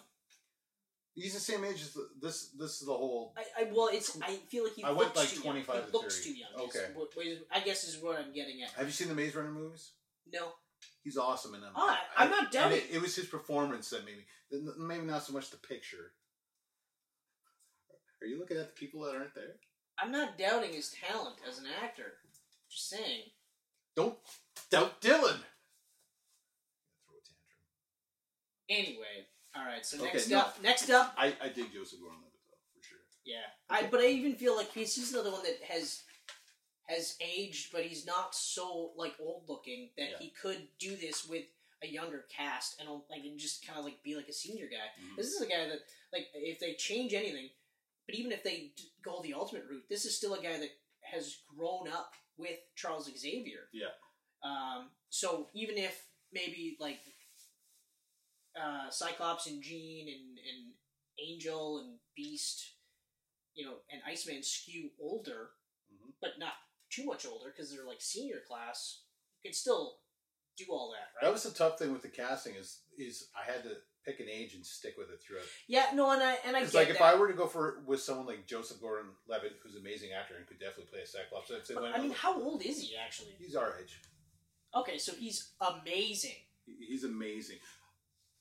S3: He's the same age as the, this. This is the whole.
S2: I, I well, it's I feel like he
S3: I
S2: looks
S3: went, like,
S2: too
S3: 25
S2: young.
S3: to
S2: He looks
S3: 30.
S2: too young. is
S3: Okay.
S2: what- what is- I guess is what I'm getting at.
S3: Have you seen the Maze Runner movies?
S2: No,
S3: He's awesome in them.
S2: Oh, I- I'm not doubting-
S3: and It, it was his performance that made me. n- Maybe not so much the picture. Are you looking at the people that aren't there?
S2: I'm not doubting his talent as an actor. Just saying.
S3: Don't doubt Dylan.
S2: Anyway, all right. So
S3: Okay,
S2: next
S3: no.
S2: up, next up,
S3: I, I dig Joseph Gordon-Levitt though, for sure.
S2: Yeah, I but I even feel like he's he's another one that has has aged, but he's not so like old looking that
S3: Yeah.
S2: he could do this with a younger cast and like and just kind of like be like a senior guy.
S3: Mhm.
S2: This is a guy that like if they change anything, but even if they d- go the ultimate route, this is still a guy that has grown up with Charles Xavier.
S3: Yeah.
S2: Um. So even if maybe like uh, Cyclops and Jean and and Angel and Beast you know, and Iceman skew older,
S3: Mhm.
S2: but not too much older because they're like senior class. You can still do all that, right?
S3: That was the tough thing with the casting is is I had to pick an age and stick with it throughout.
S2: Yeah, no, and I and I
S3: It's
S2: get
S3: like
S2: that.
S3: if I were to go for with someone like Joseph Gordon-Levitt, who's an amazing actor and could definitely play a Cyclops, I'd say,
S2: But,
S3: why
S2: I
S3: not?
S2: mean, how old is he actually?
S3: he's our age.
S2: Okay, so he's amazing.
S3: He- He's amazing.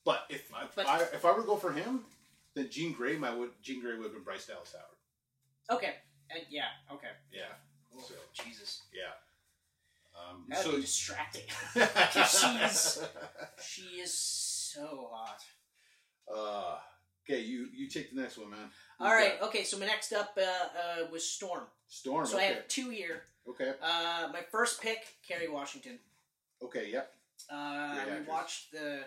S3: But if I,
S2: But-
S3: I, if I were to go for him, then Gene Grey, my would Gene Grey would have been Bryce Dallas Howard.
S2: Okay, and yeah, okay.
S3: Yeah.
S2: Oh,
S3: So
S2: Jesus,
S3: yeah. Um,
S2: that'd
S3: <laughs> so
S2: be distracting. She's- she is so hot.
S3: Uh, okay, you you take the next one, man.
S2: All right. Okay. So my next up uh, uh, was Storm.
S3: Storm.
S2: So I
S3: okay.
S2: have two here.
S3: okay.
S2: Uh, my first pick, Kerry Washington.
S3: Okay. Yep.
S2: Uh,
S3: Great
S2: we
S3: actress.
S2: watched the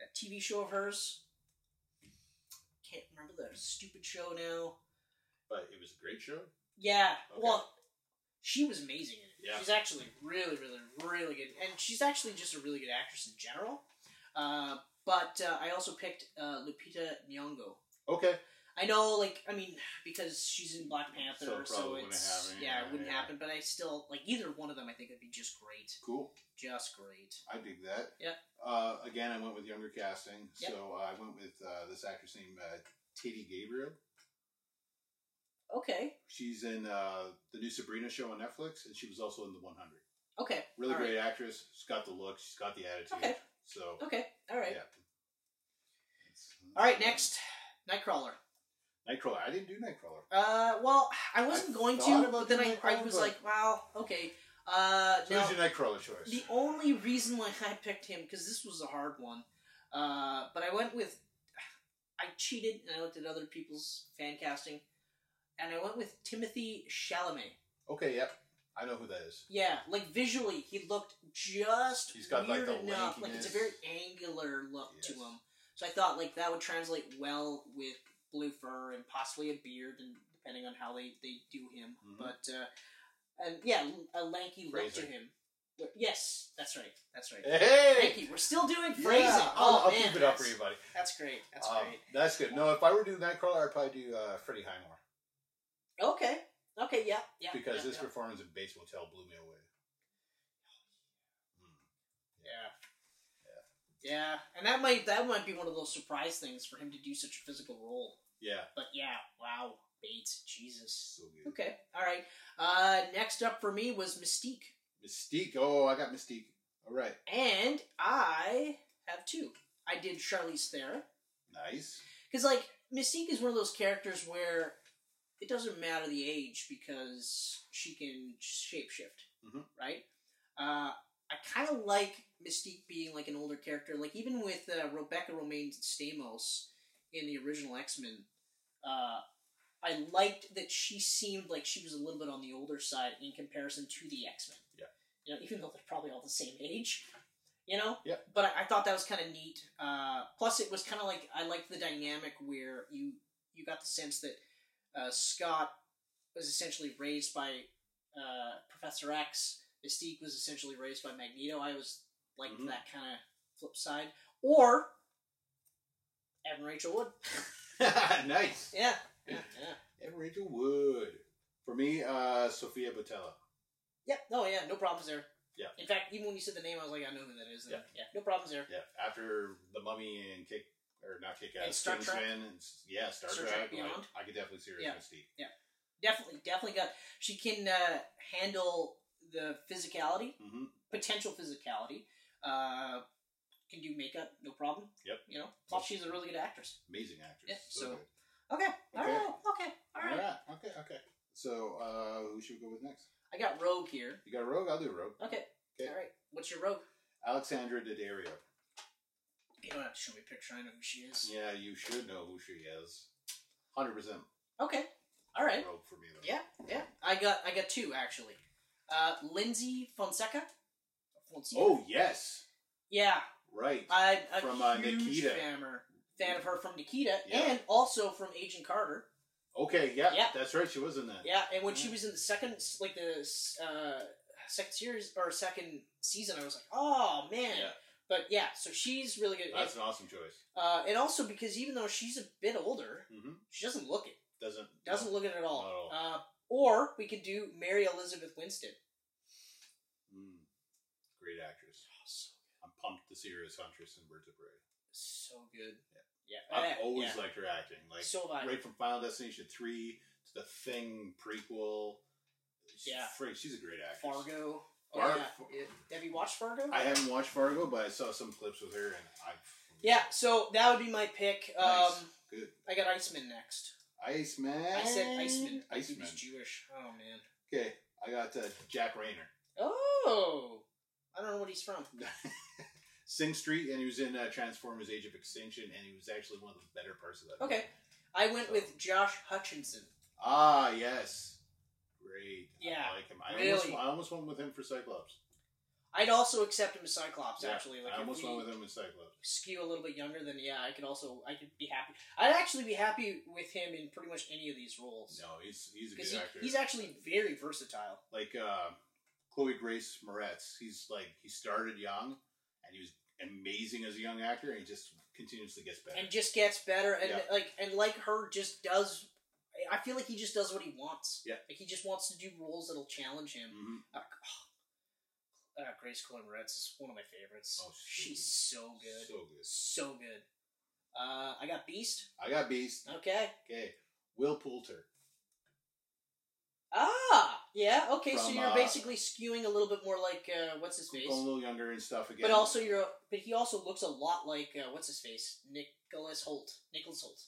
S2: that TV show of hers. Can't remember the stupid show now.
S3: But it was a great show.
S2: Yeah.
S3: Okay.
S2: Well, she was amazing in it.
S3: Yeah.
S2: She's actually really, really, really good, and she's actually just a really good actress in general. Uh, but uh, I also picked uh, Lupita Nyong'o.
S3: Okay.
S2: I know, like, I mean, because she's in Black Panther,
S3: So
S2: so,
S3: probably wouldn't
S2: it's
S3: happen,
S2: yeah,
S3: yeah,
S2: it wouldn't
S3: yeah.
S2: happen. But I still like either one of them. I think would be just great,
S3: Cool.
S2: just great.
S3: I dig that.
S2: Yeah.
S3: Uh, again, I went with younger casting,
S2: Yeah.
S3: so uh, I went with uh, this actress named uh, Titi Gabriel.
S2: Okay,
S3: She's in uh, the new Sabrina show on Netflix, and she was also in the 100.
S2: okay,
S3: Really
S2: All right.
S3: great actress. She's got the look. She's got the attitude.
S2: Okay.
S3: So
S2: okay, all right,
S3: yeah.
S2: all right. Next, Nightcrawler.
S3: Nightcrawler. I didn't do Nightcrawler.
S2: Uh, well, I wasn't
S3: I
S2: going
S3: thought
S2: to, but
S3: about
S2: then I,
S3: doing
S2: I
S3: Nightcrawler,
S2: was
S3: but-
S2: like, wow, okay. Uh,
S3: So
S2: now,
S3: who's your Nightcrawler choice?
S2: the only reason why I picked him because this was a hard one, uh, but I went with I cheated and I looked at other people's fan casting, and I went with Timothy Chalamet.
S3: okay. Yep. I know who that is.
S2: Yeah, like visually, he looked just
S3: He's got, like,
S2: weird
S3: the
S2: enough. Like it's a
S3: lankiness.
S2: very angular look to
S3: Yes.
S2: him. So I thought like that would translate well with blue fur and possibly a beard, and depending on how they they do him.
S3: Mhm.
S2: But uh, and yeah, a lanky
S3: Phrasing.
S2: look to him. But- Yes, that's right. That's right.
S3: Hey.
S2: Thank you. We're still doing
S3: Yeah,
S2: phrasing.
S3: I'll,
S2: oh,
S3: I'll
S2: man,
S3: keep it up
S2: that's-
S3: for you, buddy.
S2: That's great. That's
S3: Um,
S2: great.
S3: that's good. No, if I were to do Nightcrawler, I'd probably do uh, Freddie Highmore
S2: Okay. Okay. Yeah. Yeah.
S3: because
S2: yeah,
S3: his
S2: yeah.
S3: performance in Bates Motel blew me away. Mm.
S2: yeah. Yeah. And that might that might be one of those surprise things for him to do such a physical role.
S3: Yeah,
S2: But yeah, wow, Bates, Jesus.
S3: so good.
S2: Okay, all right. Uh, next up for me was Mystique,
S3: Mystique. Oh, I got Mystique. All right,
S2: and I have two. I did Charlize Theron
S3: nice. <laughs>
S2: because like Mystique is one of those characters where it doesn't matter the age because she can shapeshift,
S3: Mhm.
S2: right? Uh, I kind of like Mystique being like an older character, like even with uh, Rebecca Romaine Stamos in the original X Men. Uh, I liked that she seemed like she was a little bit on the older side in comparison to the X Men.
S3: Yeah.
S2: you know, even though they're probably all the same age. You know,
S3: Yeah.
S2: But I, I thought that was kind of neat. Uh, plus, it was kind of like I liked the dynamic where you you got the sense that uh, Scott was essentially raised by uh, Professor X. Mystique was essentially raised by Magneto. I was like
S3: Mhm.
S2: that kind of flip side, or Evan Rachel Wood.
S3: nice.
S2: Yeah, yeah, yeah.
S3: And Rachel Wood. For me, uh, Sophia Botella.
S2: Yeah. No. Yeah. No problems there.
S3: Yeah.
S2: In fact, even when you said the name, I was like, I know who that is.
S3: Yeah.
S2: yeah. No problems there.
S3: Yeah, after the Mummy and Kick or not Kick
S2: And
S3: Ass,
S2: Star Trek.
S3: and s- yeah, Star,
S2: Star Trek
S3: Trek. like,
S2: Beyond.
S3: I could definitely see her
S2: Yeah.
S3: as Mystique.
S2: Definitely, definitely got. She can uh, handle the physicality,
S3: Mm-hmm.
S2: potential physicality. Uh, can do makeup, no problem.
S3: Yep.
S2: You know, plus she's a really good actress.
S3: Amazing actress.
S2: Yeah, so-
S3: good.
S2: Okay. All
S3: Okay.
S2: right. Okay. All right.
S3: Okay. Okay. So uh, who should we go with next?
S2: I got Rogue here.
S3: You got Rogue. I'll do Rogue.
S2: Okay.
S3: Okay.
S2: All right. What's your Rogue?
S3: Alexandra Daddario.
S2: You don't have to show me a picture. I know who she is.
S3: Yeah, you should know who she is. Hundred percent
S2: Okay. All right.
S3: Rogue for me though.
S2: Yeah. Yeah. I got. I got two actually. Uh, Lindsay Fonseca. Fonseca.
S3: Oh yes,
S2: Yeah.
S3: right.
S2: I'm a
S3: From,
S2: from,
S3: uh,
S2: huge
S3: Nikita.
S2: Fan, fan of her from Nikita
S3: Yeah.
S2: and also from Agent Carter.
S3: Okay. Yeah,
S2: Yeah.
S3: That's right. She was in that.
S2: Yeah, and when she was in the second, like the uh, second series or second season, I was like, oh man.
S3: Yeah.
S2: But yeah, so she's really good.
S3: That's an awesome choice.
S2: uh, and also because even though she's a bit older,
S3: Mm-hmm.
S2: she doesn't look it.
S3: Doesn't
S2: Doesn't look it at all.
S3: Not at all.
S2: Uh, or we could do Mary Elizabeth Winston.
S3: Mm. Great actress.
S2: Oh, So,
S3: I'm pumped to see her as Huntress in Birds of Prey.
S2: so good. Yeah.
S3: I've
S2: Uh,
S3: always
S2: yeah.
S3: liked her acting. Like
S2: So have I.
S3: right from Final Destination three to the Thing prequel. She's
S2: Yeah.
S3: freak- she's a great actress.
S2: Fargo. Oh,
S3: Far-
S2: yeah. yeah. Have you watched Fargo?
S3: I haven't watched Fargo, but I saw some clips with her, and I
S2: Yeah, so that would be my pick. Um,
S3: Nice. good.
S2: I got Iceman next.
S3: Iceman.
S2: I said Iceman. He
S3: Iceman.
S2: was Jewish. Oh man.
S3: Okay, I got uh, Jack Rayner.
S2: Oh, I don't know what he's from.
S3: Sing Street, and he was in uh, Transformers: Age of Extinction, and he was actually one of the better parts of that.
S2: Okay.
S3: movie.
S2: I went with Josh Hutchinson.
S3: Ah, yes. Great.
S2: Yeah,
S3: I like him. I almost,
S2: really.
S3: I almost went with him for Cyclops.
S2: I'd also accept him as Cyclops.
S3: Yeah,
S2: actually, like
S3: I
S2: if
S3: almost
S2: we
S3: went with him with Cyclops.
S2: skew a little bit younger, then yeah, I could also I could be happy. I'd actually be happy with him in pretty much any of these roles
S3: No, he's he's a good
S2: because he,
S3: actor.
S2: he's actually very versatile.
S3: like uh, Chloe Grace Moretz. He's like he started young, and he was amazing as a young actor, and he just continuously gets better.
S2: and just gets better and
S3: Yeah.
S2: like and like her just does i feel like he just does what he wants
S3: Yeah.
S2: like he just wants to do roles that'll challenge him
S3: Mhm.
S2: uh, oh. Uh, grace Cullen Moretz is one of my favorites
S3: Mm. Oh, she's
S2: she's so good
S3: So good.
S2: so good uh, i got beast
S3: I got Beast.
S2: Mm. okay
S3: Okay, Will Poulter.
S2: ah yeah okay so
S3: From,
S2: you're
S3: uh,
S2: basically skewing a little bit more like uh, what's his face
S3: Going a little younger and stuff again.
S2: but also you're but he also looks a lot like uh, what's his face nicholas holt nicholas holt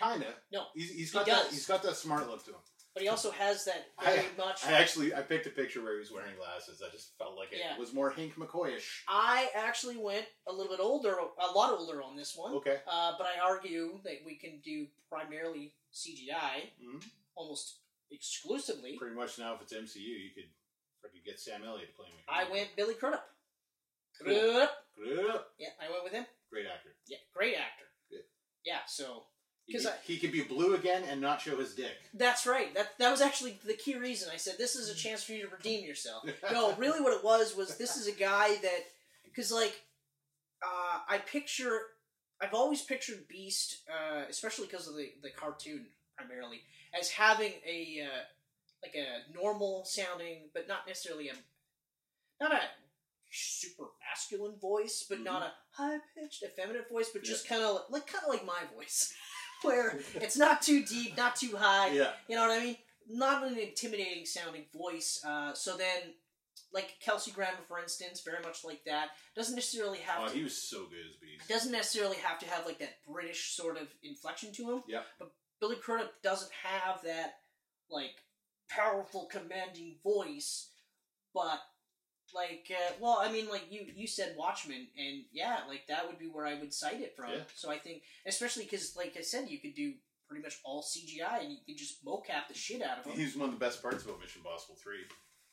S3: kinda.
S2: No,
S3: he's, he's
S2: he
S3: got
S2: does.
S3: that. He's got that smart look to him.
S2: but he also has that
S3: I-
S2: very much
S3: I actually I picked a picture where he was wearing glasses. I just felt like it
S2: Yeah.
S3: was more Hank McCoyish.
S2: I actually went a little bit older, a lot older on this one.
S3: Okay.
S2: Uh, but I argue that we can do primarily CGI,
S3: Mhm.
S2: almost exclusively.
S3: Pretty much now, if it's MCU, you could freaking get Sam Elliott to play him.
S2: I went Billy Crudup.
S3: Cool.
S2: Crudup.
S3: Good.
S2: Yeah, I went with him.
S3: Great actor.
S2: Yeah, great actor.
S3: Good.
S2: Yeah, so
S3: He
S2: 'Cause
S3: could,
S2: I-
S3: he could be blue again and not show his dick.
S2: that's right. That that was actually the key reason I said this is
S3: Mm.
S2: a chance for you to redeem yourself. no,
S3: <laughs>
S2: really, what it was was this is a guy that because like uh, I picture I've always pictured Beast, uh, especially because of the the cartoon primarily, as having a uh, like a normal sounding, but not necessarily a not a super masculine voice, but not a high pitched effeminate voice, but just kind of like kind of like my voice, <laughs> where it's not too deep, not too high,
S3: Yeah.
S2: you know what I mean? Not an intimidating sounding voice. Uh, so then, like Kelsey Grammer, for instance, very much like that. Doesn't necessarily have
S3: Oh,
S2: to,
S3: he was so good as Beast.
S2: doesn't necessarily have to have like that British sort of inflection to him.
S3: Yeah.
S2: But Billy Crudup doesn't have that like powerful, commanding voice. But like, uh, well, I mean, like you you said Watchmen, and yeah, like that would be where I would cite it from.
S3: Yeah.
S2: So I think, especially because, like I said, you could do pretty much all CGI, and you could just mocap the shit out of
S3: <laughs>
S2: him.
S3: He's one of the best parts about Mission Impossible Three.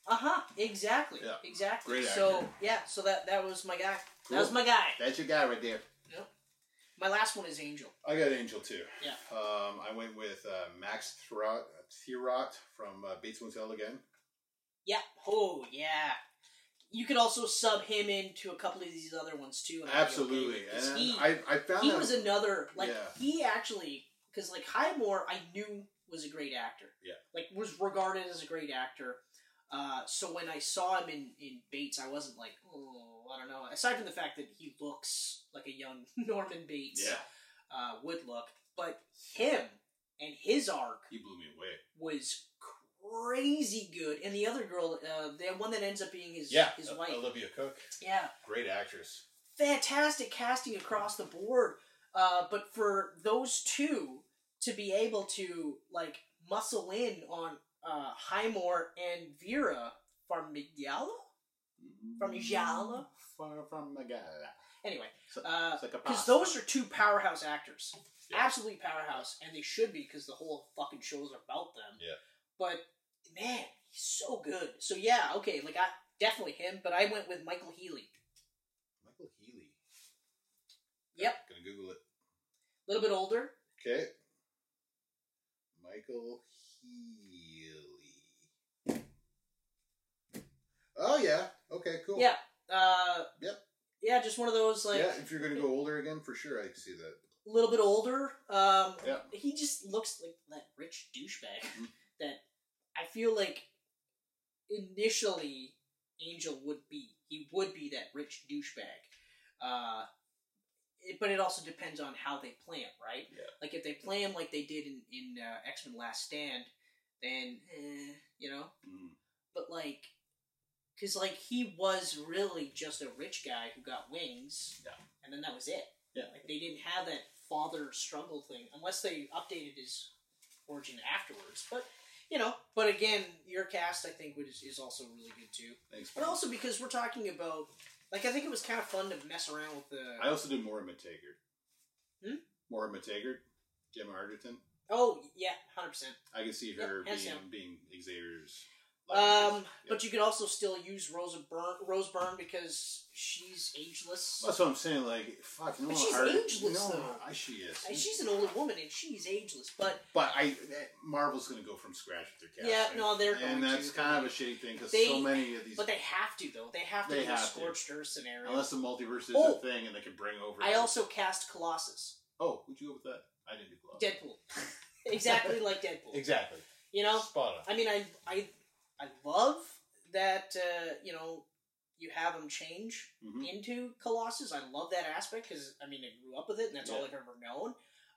S2: Uh huh. Exactly.
S3: Yeah.
S2: Exactly.
S3: Great
S2: so yeah. So that that was my guy.
S3: Cool.
S2: That was my guy.
S3: That's your guy right there.
S2: My last one is Angel.
S3: I got Angel too.
S2: Yeah.
S3: Um, I went with uh, Max Thierot, Thierot from uh, Bates Motel again.
S2: Yeah. Oh, yeah. You could also sub him into a couple of these other ones too. and I'd be okay
S3: Absolutely,
S2: with it, 'cause
S3: and
S2: he,
S3: I, I found
S2: he
S3: that
S2: was another like
S3: Yeah.
S2: he actually because like Highmore I knew was a great actor.
S3: Yeah.
S2: Like was regarded as a great actor. Uh, so when I saw him in, in Bates, I wasn't like, oh, I don't know. Aside from the fact that he looks like a young <laughs> Norman Bates
S3: yeah,
S2: uh, would look, but him and his arc
S3: he blew me away.
S2: was crazy good. And the other girl, uh, the one that ends up being his
S3: Yeah, uh,
S2: his
S3: O-
S2: wife,
S3: Olivia Cook,
S2: yeah,
S3: great actress.
S2: fantastic casting across the board. Uh, but for those two to be able to like muscle in on uh, Highmore and Vera Farmigliano, From Jala?
S3: Mm, Far from Magala.
S2: anyway,
S3: So-
S2: uh,
S3: It's like a
S2: because
S3: pasta.
S2: those are two powerhouse actors,
S3: Yeah.
S2: absolutely powerhouse, and they should be because the whole fucking show's about them.
S3: Yeah.
S2: But man, he's so good. So yeah, okay, like I definitely him, but I went with Michael Healy.
S3: Michael Healy.
S2: Yep.
S3: Gonna Google it.
S2: A little bit older.
S3: Okay. Michael Healy. Oh yeah. Okay. Cool.
S2: Yeah. Uh,
S3: Yep.
S2: Yeah, just one of those like a
S3: yeah. If you're gonna go older again, for sure, I can see that.
S2: little bit older. Um,
S3: Yeah.
S2: He just looks like that rich douchebag
S3: Mhm.
S2: that I feel like initially Angel would be. He would be that rich douchebag. Uh, it, but it also depends on how they play him, right?
S3: Yeah.
S2: Like if they play him like they did in, in uh, X Men Last Stand, then eh, you know.
S3: Mm,
S2: But like, because like he was really just a rich guy who got wings,
S3: Yeah.
S2: and then that was it.
S3: Yeah.
S2: Like they didn't have that father struggle thing unless they updated his origin afterwards. But you know, but again, your cast I think would is, is also really good too,
S3: Thanks.
S2: and also because we're talking about Like I think it was kind of fun to mess around with the.
S3: I also do Maura McTaggart.
S2: Hmm?
S3: Maura McTaggart, Jim Arterton.
S2: Oh yeah, hundred percent.
S3: I can see her
S2: Yeah, and Sam.
S3: being, being Xavier's.
S2: Um, but you could also still use Rosa Byrne, Rose Byrne because she's ageless.
S3: that's what I'm saying. Like, fuck, no,
S2: But she's
S3: Art-
S2: ageless,
S3: no,
S2: though.
S3: I- she is.
S2: And she's an older woman and she's ageless, but
S3: But I that- Marvel's going to go from scratch with their
S2: Yeah,
S3: cast.
S2: no, they're going
S3: and that's
S2: to.
S3: kind of a shitty thing because
S2: They-
S3: so many of these,
S2: but they have to though. They have to
S3: They
S2: do a
S3: have to.
S2: scorched earth scenario.
S3: unless the multiverse is
S2: Oh.
S3: a thing and they can bring over.
S2: I also cast Colossus,
S3: oh, would you go with that? I didn't do Glow. <laughs>
S2: Deadpool, exactly like Deadpool.
S3: Exactly.
S2: You know,
S3: Spot on.
S2: I mean, I I I love that uh, you know you have him change
S3: Mhm.
S2: into Colossus. I love that aspect because I mean I grew up with it, and that's all
S3: Yeah.
S2: I've ever known.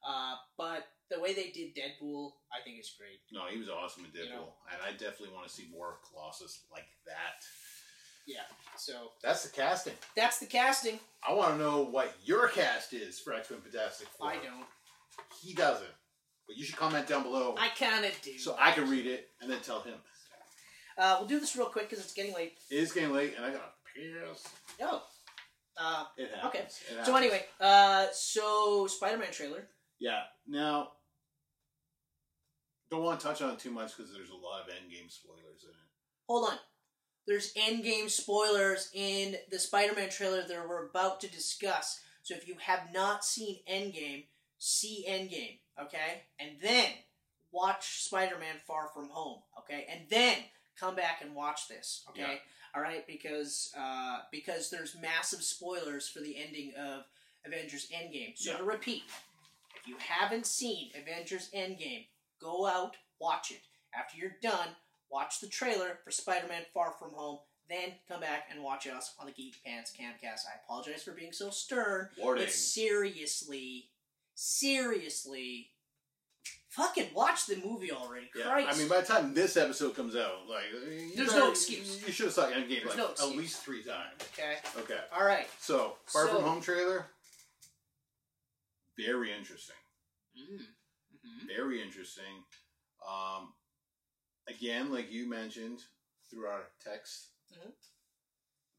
S2: Uh, but the way they did Deadpool, I think is great.
S3: No, he was awesome in Deadpool,
S2: You know.
S3: and I definitely want to see more of Colossus like that.
S2: So
S3: That's the casting.
S2: that's the casting.
S3: I want to know what your cast is for X Men Fantastic Four.
S2: I don't.
S3: He doesn't, but you should comment down below
S2: I kind of do.
S3: so I can read it and then tell him.
S2: uh, we'll do this real quick because it's getting late.
S3: It is getting late, and I got to piss.
S2: Oh. Uh,
S3: It happens.
S2: Okay.
S3: It happens.
S2: so anyway, uh, so Spider-Man trailer.
S3: yeah. Now, don't want to touch on it too much because there's a lot of Endgame spoilers in it.
S2: Hold on. There's endgame spoilers in the Spider-Man trailer that we're about to discuss. So if you have not seen Endgame, see Endgame, okay? And then watch Spider-Man Far From Home, okay? And then come back and watch this, okay?
S3: Yeah.
S2: All right, because uh, because there's massive spoilers for the ending of Avengers Endgame. So
S3: Yeah.
S2: to repeat, if you haven't seen Avengers Endgame, go out, watch it. After you're done, watch the trailer for Spider Man Far From Home, then come back and watch us on the Geek Pants Camcast. I apologize for being so stern,
S3: Warning.
S2: but seriously, seriously, fucking watch the movie already.
S3: Yeah,
S2: Christ.
S3: I mean, by the time this episode comes out, like, you
S2: There's
S3: better-
S2: no excuse.
S3: You should have saw Endgame
S2: There's
S3: like
S2: no
S3: at
S2: excuse.
S3: least three times.
S2: okay.
S3: Okay,
S2: All right.
S3: so Far
S2: So-
S3: From Home trailer, very interesting,
S2: Mm-hmm.
S3: very interesting. Um, again, like you mentioned through our text,
S2: Mhm.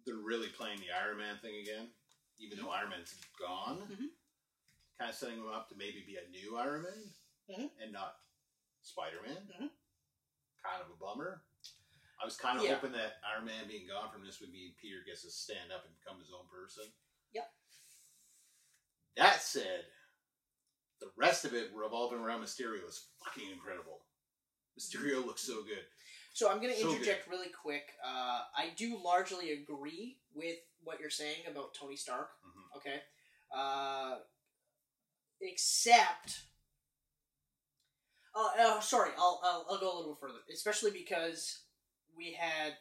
S3: they're really playing the Iron Man thing again, even
S2: Mm-hmm.
S3: though Iron Man's gone.
S2: Mhm.
S3: Kind of setting him up to maybe be a new Iron Man
S2: Mhm.
S3: and not Spider Man.
S2: Mhm.
S3: Kind of a bummer. I was kind of
S2: Yeah.
S3: hoping that Iron Man being gone from this would mean Peter gets to stand up and become his own person.
S2: Yep.
S3: That said, the rest of it revolving around Mysterio is fucking incredible. Mysterio looks so good.
S2: So I'm going to
S3: So good.
S2: interject really quick. Uh, I do largely agree with what you're saying about Tony Stark.
S3: Mhm.
S2: Okay. Uh, except. Oh, oh, sorry. I'll, I'll I'll go a little further, especially because we had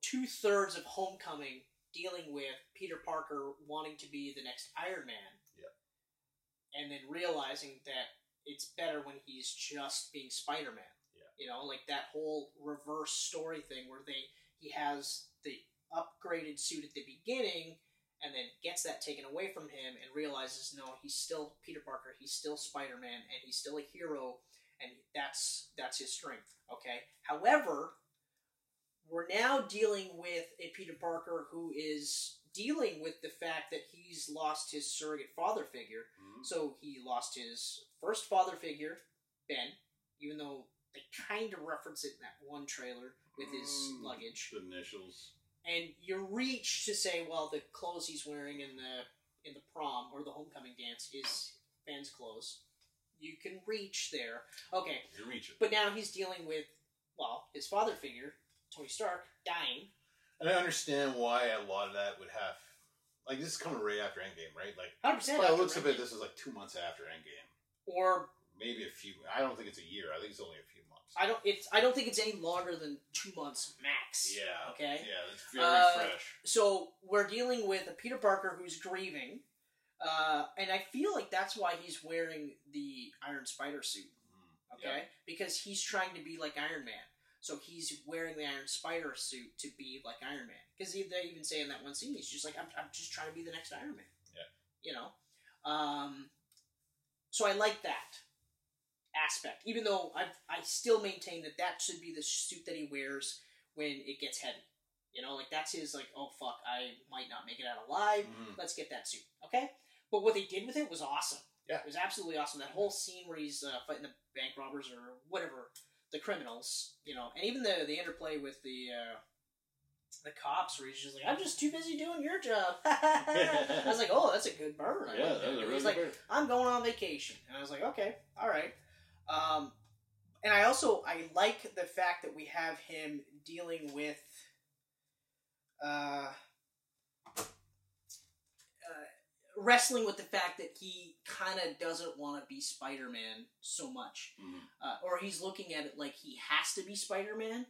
S2: two thirds of Homecoming dealing with Peter Parker wanting to be the next Iron Man. Yeah. And then realizing that it's better when he's just being Spider Man.
S3: Yeah.
S2: You know, like that whole reverse story thing where they he has the upgraded suit at the beginning and then gets that taken away from him and realizes no he's still peter parker he's still spider-man and he's still a hero and that's that's his strength okay however we're now dealing with a peter parker who is dealing with the fact that he's lost his surrogate father figure
S3: Mhm.
S2: so he lost his first father figure, Ben, even though they kind of reference it in that one trailer with his
S3: Mm.
S2: luggage.
S3: The initials.
S2: And you reach to say, well, the clothes he's wearing in the in the prom or the homecoming dance is Ben's clothes. You can reach there. Okay,
S3: You're reaching.
S2: but now he's dealing with well, his father figure, Tony Stark, dying.
S3: And I understand why a lot of that would have. Like, this is coming right after Endgame, right? Like,
S2: Hundred percent.
S3: by the looks of it, this is like two months after Endgame.
S2: or
S3: Maybe a few. I don't think it's a year. I think it's only a few months.
S2: I don't. It's I don't think it's any longer than two months max.
S3: yeah.
S2: Okay.
S3: Yeah, it's very
S2: Uh,
S3: fresh.
S2: so we're dealing with a Peter Parker who's grieving, uh, and I feel like that's why he's wearing the Iron Spider suit.
S3: Mm.
S2: Okay, because he's trying to be like Iron Man, so he's wearing the Iron Spider suit to be like Iron Man. Because they even say in that one scene, he's just like, "I'm, I'm just trying to be the next Iron Man."
S3: Yeah.
S2: you know. Um, so I like that aspect, even though I I still maintain that that should be the suit that he wears when it gets heavy. You know, like that's his like, oh fuck, I might not make it out alive.
S3: Mhm.
S2: Let's get that suit, okay? But what they did with it was awesome.
S3: Yeah.
S2: it was absolutely awesome. That whole scene where he's uh, fighting the bank robbers or whatever, the criminals, you know, and even the the interplay with the uh, the cops, where he's just like, I'm just too busy doing your job. <laughs> I was like, oh, that's a good burn. I
S3: Yeah,
S2: like
S3: that was
S2: And
S3: a really
S2: he's like,
S3: good-
S2: I'm going on vacation. And I was like, okay, all right. Um, and I also I like the fact that we have him dealing with uh, uh, wrestling with the fact that he kind of doesn't want to be Spider-Man so much,
S3: Mhm.
S2: uh, or he's looking at it like he has to be Spider-Man.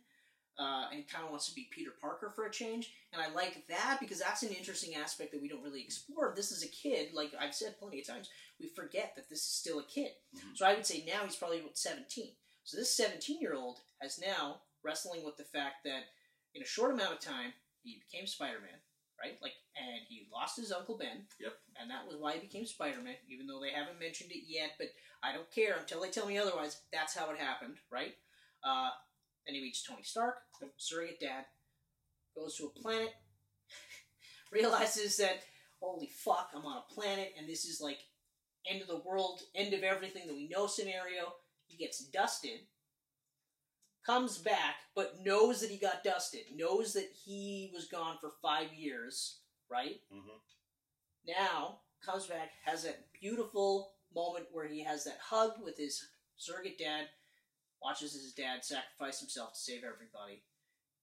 S2: Uh, and kind of wants to be Peter Parker for a change, and I like that because that's an interesting aspect that we don't really explore. This is a kid, like I've said plenty of times we forget that this is still a kid.
S3: Mhm.
S2: So I would say now he's probably about 17. So this 17 year old has now wrestling with the fact that in a short amount of time he became Spider Man, right? Like, and he lost his uncle Ben.
S3: Yep.
S2: And that was why he became Spider Man, even though they haven't mentioned it yet. But I don't care until they tell me otherwise. That's how it happened, right? Uh, then he meets Tony Stark, surrogate dad, goes to a planet, <laughs> realizes that holy fuck, I'm on a planet, and this is like end of the world, end of everything that we know scenario. He gets dusted, comes back, but knows that he got dusted, knows that he was gone for five years, right?
S3: Mhm.
S2: Now comes back, has that beautiful moment where he has that hug with his surrogate dad, watches his dad sacrifice himself to save everybody.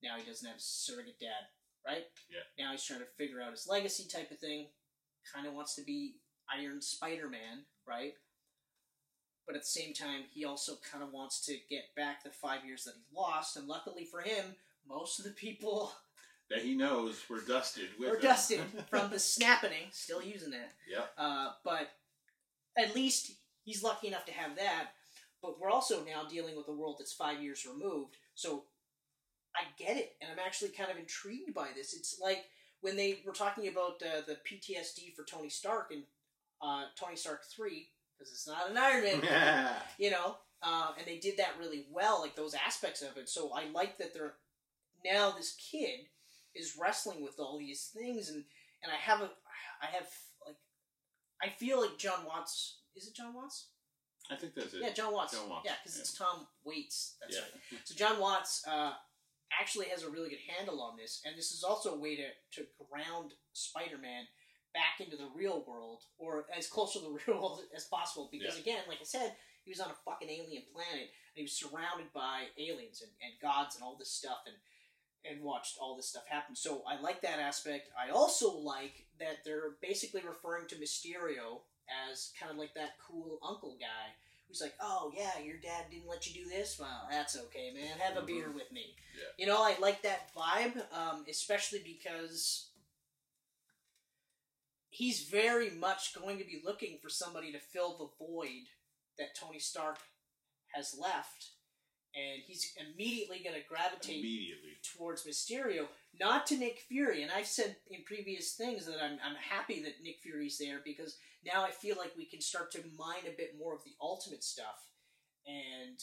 S2: Now he doesn't have a surrogate dad, right?
S3: Yeah.
S2: Now he's trying to figure out his legacy type of thing. Kind of wants to be Iron Spider Man, right? But at the same time, he also kind of wants to get back the five years that he lost. And luckily for him, most of the people
S3: That he knows we're dusted with.
S2: or
S3: him.
S2: dusted from the snapping. Still using that.
S3: <laughs> Yep.
S2: <laughs> Uh, but at least he's lucky enough to have that. But we're also now dealing with a world that's five years removed. So I get it, and I'm actually kind of intrigued by this. It's like when they were talking about uh, the PTSD for Tony Stark and uh, Tony Stark 3, because it's not an Iron Man
S3: Yeah.
S2: you know uh, and they did that really well like those aspects of it so i like that they're now this kid is wrestling with all these things and and i have a i have like i feel like john watts is it john watts
S3: I think that's it.
S2: yeah john watts
S3: John Watts,
S2: yeah because it's tom waits that's
S3: Yeah.
S2: right so John Watts uh, actually has a really good handle on this, and this is also a way to, to ground Spider-Man back into the real world, or as close to the <laughs> real world as possible. Because
S3: Yeah.
S2: again, like I said, he was on a fucking alien planet, and he was surrounded by aliens and, and gods and all this stuff, and and watched all this stuff happen. So I like that aspect. I also like that they're basically referring to Mysterio as kind of like that cool uncle guy who's like, "Oh yeah, your dad didn't let you do this. Well, that's okay, man. Have a beer with me."
S3: Yeah.
S2: You know, I like that vibe, um, especially because he's very much going to be looking for somebody to fill the void that Tony Stark has left, and he's immediately going to gravitate
S3: Immediately.
S2: towards Mysterio, not to Nick Fury. And I've said in previous things that I'm, I'm happy that Nick Fury's there because now I feel like we can start to mine a bit more of the ultimate stuff. And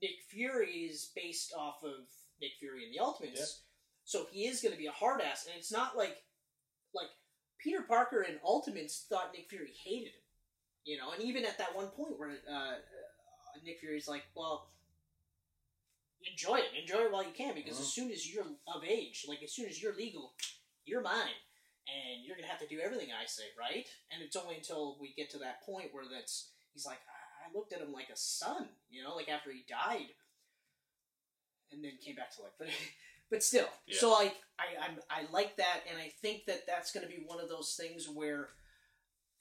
S2: Nick Fury is based off of Nick Fury and the Ultimates. So he is going to be a hard ass. And it's not like, like, Peter Parker and Ultimates thought Nick Fury hated him. You know, and even at that one point where uh, Nick Fury's like, well, enjoy it. Enjoy it while you can, because as soon as you're of age, like as soon as you're legal, you're mine, and you're gonna have to do everything I say, right? And it's only until we get to that point where that's he's like, I I looked at him like a son, you know, like after he died, and then came back to life, <laughs> but. But still,
S3: Yeah.
S2: so like I I'm, I like that, and I think that that's going to be one of those things where,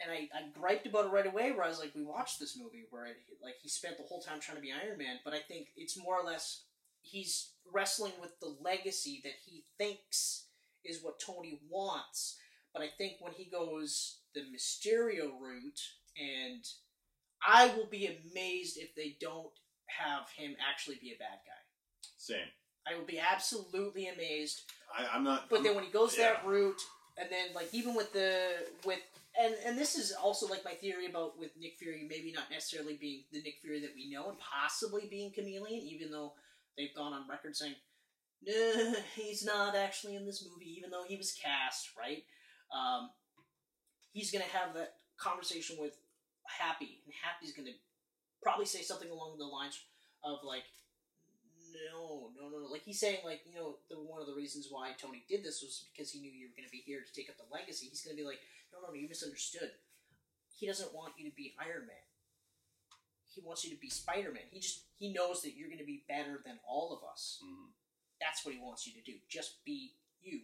S2: and I, I griped about it right away. Where I was like, we watched this movie where it, like he spent the whole time trying to be Iron Man, but I think it's more or less he's wrestling with the legacy that he thinks is what Tony wants. But I think when he goes the Mysterio route, and I will be amazed if they don't have him actually be a bad guy.
S3: Same.
S2: I will be absolutely amazed.
S3: I, I'm not.
S2: But then when he goes
S3: Yeah.
S2: that route, and then like even with the with and and this is also like my theory about with Nick Fury maybe not necessarily being the Nick Fury that we know and possibly being chameleon, even though they've gone on record saying no, <laughs> he's not actually in this movie, even though he was cast, right? Um, he's going to have that conversation with Happy, and Happy's going to probably say something along the lines of, like, no, no, no, no. Like, he's saying, like, you know, the, one of the reasons why Tony did this was because he knew you were going to be here to take up the legacy. He's going to be like, no, no, no, you misunderstood. He doesn't want you to be Iron Man. He wants you to be Spider Man. He just, he knows that you're going to be better than all of us
S3: Mhm.
S2: that's what he wants you to do. Just be you,